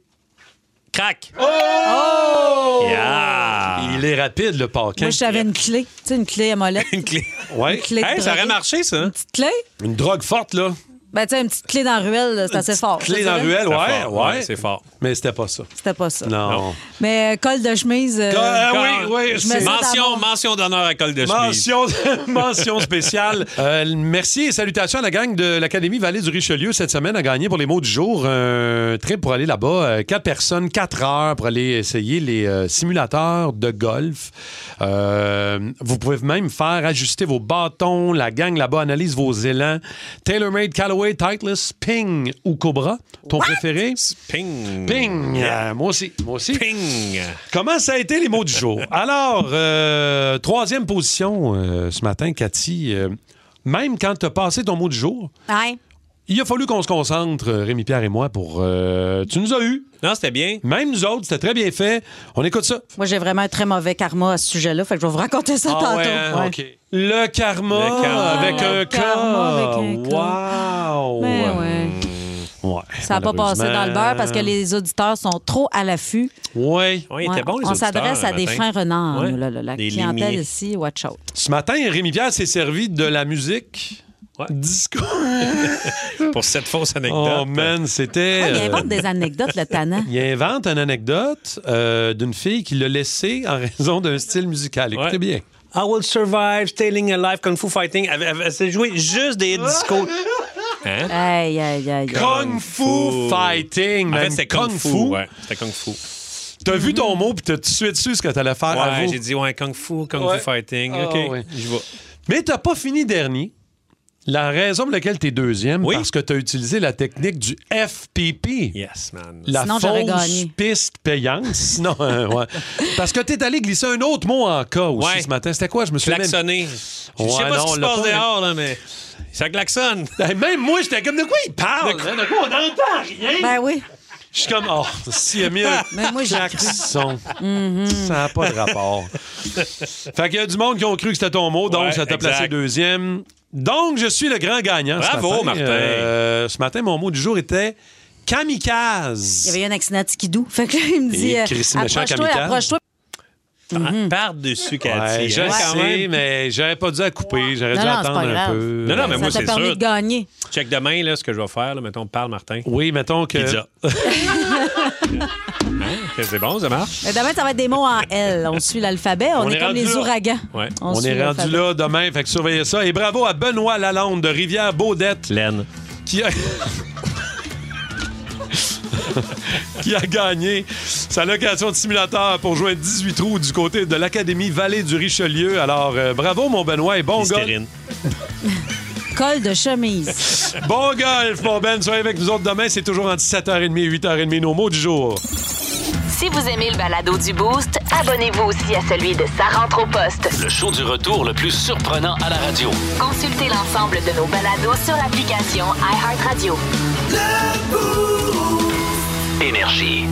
[SPEAKER 4] Crac.
[SPEAKER 2] Oh!
[SPEAKER 4] Yeah.
[SPEAKER 2] Il est rapide, le parquet.
[SPEAKER 3] Moi, je savais une clé. Tu sais, une clé à molette.
[SPEAKER 4] Une clé.
[SPEAKER 2] Ouais.
[SPEAKER 3] clé de
[SPEAKER 4] Hey, ça aurait
[SPEAKER 3] drogué.
[SPEAKER 4] marché, ça.
[SPEAKER 3] Petite clé?
[SPEAKER 2] hein? Une drogue forte, là.
[SPEAKER 3] Ben, tu sais, une petite clé dans la ruelle, là, c'est assez fort. ça,
[SPEAKER 2] Clé dans
[SPEAKER 3] là.
[SPEAKER 2] ruelle,
[SPEAKER 4] C'était
[SPEAKER 2] ouais,
[SPEAKER 4] fort,
[SPEAKER 2] ouais.
[SPEAKER 4] ouais, c'est fort.
[SPEAKER 2] Mais c'était pas ça.
[SPEAKER 3] C'était pas ça.
[SPEAKER 2] Non.
[SPEAKER 3] Mais euh, col de chemise. euh,
[SPEAKER 2] Ah,
[SPEAKER 4] Quand-
[SPEAKER 2] oui, oui.
[SPEAKER 3] Je me
[SPEAKER 2] c'est-
[SPEAKER 3] sens
[SPEAKER 4] Mention,
[SPEAKER 3] d'abord.
[SPEAKER 4] mention d'honneur à Col de Chemise.
[SPEAKER 2] Mention, mention spéciale. Euh, merci et salutations à la gang de l'Académie Vallée du Richelieu. Cette semaine, a gagné pour les mots du jour un trip pour aller là-bas. Euh, quatre personnes, quatre heures pour aller essayer les euh, simulateurs de golf. Euh, vous pouvez même faire ajuster vos bâtons. La gang là-bas analyse vos élans. TaylorMade, Callaway, Titleist, Ping ou Cobra, ton préféré?
[SPEAKER 4] Ping.
[SPEAKER 2] Ping. Euh, moi aussi, moi aussi.
[SPEAKER 4] Ping.
[SPEAKER 2] Comment ça a été les mots du jour? Alors, euh, troisième position euh, ce matin, Cathy. euh, même quand tu as passé ton mot du jour,
[SPEAKER 3] Ouais.
[SPEAKER 2] il a fallu qu'on se concentre, euh, Rémi-Pierre et moi, pour... euh, tu nous as eu.
[SPEAKER 4] Non, c'était bien.
[SPEAKER 2] Même nous autres, c'était très bien fait. On écoute ça.
[SPEAKER 3] Moi, j'ai vraiment un très mauvais karma à ce sujet-là. Fait que je vais vous raconter ça tantôt.
[SPEAKER 2] ouais, hein?
[SPEAKER 3] Ouais.
[SPEAKER 2] OK. Le karma,
[SPEAKER 4] Ah Le karma.
[SPEAKER 2] avec
[SPEAKER 3] Le
[SPEAKER 2] un
[SPEAKER 3] karma
[SPEAKER 2] cas.
[SPEAKER 3] avec un
[SPEAKER 2] Wow!
[SPEAKER 3] Ben ouais.
[SPEAKER 2] Ouais,
[SPEAKER 3] Ça n'a pas passé dans le beurre parce que
[SPEAKER 2] malheureusement.
[SPEAKER 3] les auditeurs sont trop à l'affût.
[SPEAKER 2] Oui.
[SPEAKER 4] Oui, il était
[SPEAKER 3] Ouais,
[SPEAKER 4] bon, les
[SPEAKER 3] on
[SPEAKER 4] auditeurs,
[SPEAKER 3] s'adresse à
[SPEAKER 4] le
[SPEAKER 3] des
[SPEAKER 4] matin.
[SPEAKER 3] fins renards,
[SPEAKER 4] Ouais.
[SPEAKER 3] nous, là, là, la
[SPEAKER 4] Des
[SPEAKER 3] clientèle
[SPEAKER 4] limiers.
[SPEAKER 3] ici, watch out.
[SPEAKER 2] Ce matin, Rémi Pierre s'est servi de la musique disco.
[SPEAKER 4] Pour cette fausse anecdote.
[SPEAKER 2] Oh man, c'était.
[SPEAKER 3] Ah, il
[SPEAKER 2] euh,
[SPEAKER 3] invente des anecdotes, le tannant.
[SPEAKER 2] il invente une anecdote euh, d'une fille qui l'a laissée en raison d'un style musical. Écoutez
[SPEAKER 4] Ouais.
[SPEAKER 2] bien.
[SPEAKER 4] I will survive, stealing a life, kung fu fighting. Elle- elle- elle s'est jouée juste des discos. Hein?
[SPEAKER 3] Aïe, aïe, aïe.
[SPEAKER 2] Kung Fu Fighting,
[SPEAKER 4] En
[SPEAKER 2] man.
[SPEAKER 4] fait, c'était Kung,
[SPEAKER 2] Kung
[SPEAKER 4] Fu.
[SPEAKER 2] Fu.
[SPEAKER 4] Ouais, c'était Kung Fu.
[SPEAKER 2] T'as vu ton mot, puis t'as tout de suite su ce que t'allais faire.
[SPEAKER 4] Ouais,
[SPEAKER 2] Ah, avoue.
[SPEAKER 4] j'ai dit, ouais, Kung Fu, Kung
[SPEAKER 2] Ouais.
[SPEAKER 4] Fu fighting.
[SPEAKER 2] Ah,
[SPEAKER 4] OK,
[SPEAKER 2] ouais.
[SPEAKER 4] j'y vais.
[SPEAKER 2] Mais t'as pas fini dernier. La raison pour laquelle t'es deuxième, parce que t'as utilisé la technique du FPP.
[SPEAKER 4] Yes, man.
[SPEAKER 2] La
[SPEAKER 3] Sinon, j'aurais
[SPEAKER 2] fausse
[SPEAKER 3] gagné.
[SPEAKER 2] piste payante. Sinon, euh, ouais. Parce que t'es allé glisser un autre mot en cas aussi
[SPEAKER 4] Ouais.
[SPEAKER 2] ce matin. C'était quoi? Je me suis
[SPEAKER 4] Klaxonner. Je sais
[SPEAKER 2] Ouais,
[SPEAKER 4] pas
[SPEAKER 2] non,
[SPEAKER 4] ce
[SPEAKER 2] on
[SPEAKER 4] qui se
[SPEAKER 2] l'a
[SPEAKER 4] passe
[SPEAKER 2] pas-
[SPEAKER 4] dehors, là, mais ça klaxonne.
[SPEAKER 2] Ben, Même moi, j'étais comme, de quoi il parle? hein?
[SPEAKER 4] De
[SPEAKER 2] De
[SPEAKER 4] quoi-
[SPEAKER 2] quoi, on n'entend rien?
[SPEAKER 3] Ben oui.
[SPEAKER 2] Je suis comme, oh, s'il y a mis un
[SPEAKER 3] Mais moi, j'ai cru. Mhm.
[SPEAKER 2] klaxon.
[SPEAKER 3] Hmm.
[SPEAKER 2] Ça n'a pas de rapport. fait qu'il y a du monde qui ont cru que c'était ton mot, donc
[SPEAKER 4] Ouais,
[SPEAKER 2] ça t'a
[SPEAKER 4] exact.
[SPEAKER 2] placé deuxième. Donc, je suis le grand gagnant. ce
[SPEAKER 4] Bravo,
[SPEAKER 2] matin.
[SPEAKER 4] Martin.
[SPEAKER 2] Euh, ce matin, mon mot du jour était kamikaze.
[SPEAKER 3] Il y avait eu un accident de skidoo. Fait que là, il me
[SPEAKER 2] Et
[SPEAKER 3] dit euh,
[SPEAKER 2] Christy Méchant
[SPEAKER 3] approche-toi,
[SPEAKER 2] kamikaze.
[SPEAKER 3] approche-toi. Mhm.
[SPEAKER 4] Ah, Par-dessus, Cathy.
[SPEAKER 2] Ouais, je
[SPEAKER 4] hein, quand
[SPEAKER 2] sais,
[SPEAKER 4] même.
[SPEAKER 2] mais j'aurais pas dû la couper. J'aurais
[SPEAKER 3] Non,
[SPEAKER 2] dû
[SPEAKER 3] non, c'est
[SPEAKER 2] attendre
[SPEAKER 3] pas
[SPEAKER 2] un
[SPEAKER 3] grave.
[SPEAKER 2] peu.
[SPEAKER 4] Non, non, mais moi,
[SPEAKER 3] Ça
[SPEAKER 4] c'est
[SPEAKER 3] t'a permis
[SPEAKER 4] sûr.
[SPEAKER 3] de gagner.
[SPEAKER 4] Check demain, là, ce que je vais faire. Là, mettons, parle, Martin.
[SPEAKER 2] Oui, mettons que.
[SPEAKER 4] Pizza. Ok, C'est bon, ça marche?
[SPEAKER 3] Mais demain, ça va être des mots en L. On suit l'alphabet. On,
[SPEAKER 2] On
[SPEAKER 3] est,
[SPEAKER 2] est
[SPEAKER 3] comme
[SPEAKER 2] rendu
[SPEAKER 3] les
[SPEAKER 2] là.
[SPEAKER 3] ouragans.
[SPEAKER 4] Ouais.
[SPEAKER 2] On,
[SPEAKER 3] suit
[SPEAKER 2] est rendu
[SPEAKER 3] l'alphabet.
[SPEAKER 2] là demain, fait que surveillez ça. Et bravo à Benoît Lalonde de Rivière-Baudette
[SPEAKER 4] Laine.
[SPEAKER 2] qui a... qui a gagné sa location de simulateur pour jouer 18 trous du côté de l'Académie Vallée du Richelieu. Alors, euh, bravo, mon Benoît, et bon golf.
[SPEAKER 4] Hystérine.
[SPEAKER 3] Col de chemise.
[SPEAKER 2] Bon golf, mon Ben. Soyez avec nous autres demain. C'est toujours entre 7h30 et 8h30, nos mots du jour.
[SPEAKER 1] Si vous aimez le balado du Boost, abonnez-vous aussi à celui de Sa rentre au poste.
[SPEAKER 12] Le show du retour le plus surprenant à la radio.
[SPEAKER 1] Consultez l'ensemble de nos balados sur l'application iHeartRadio.
[SPEAKER 12] Énergie.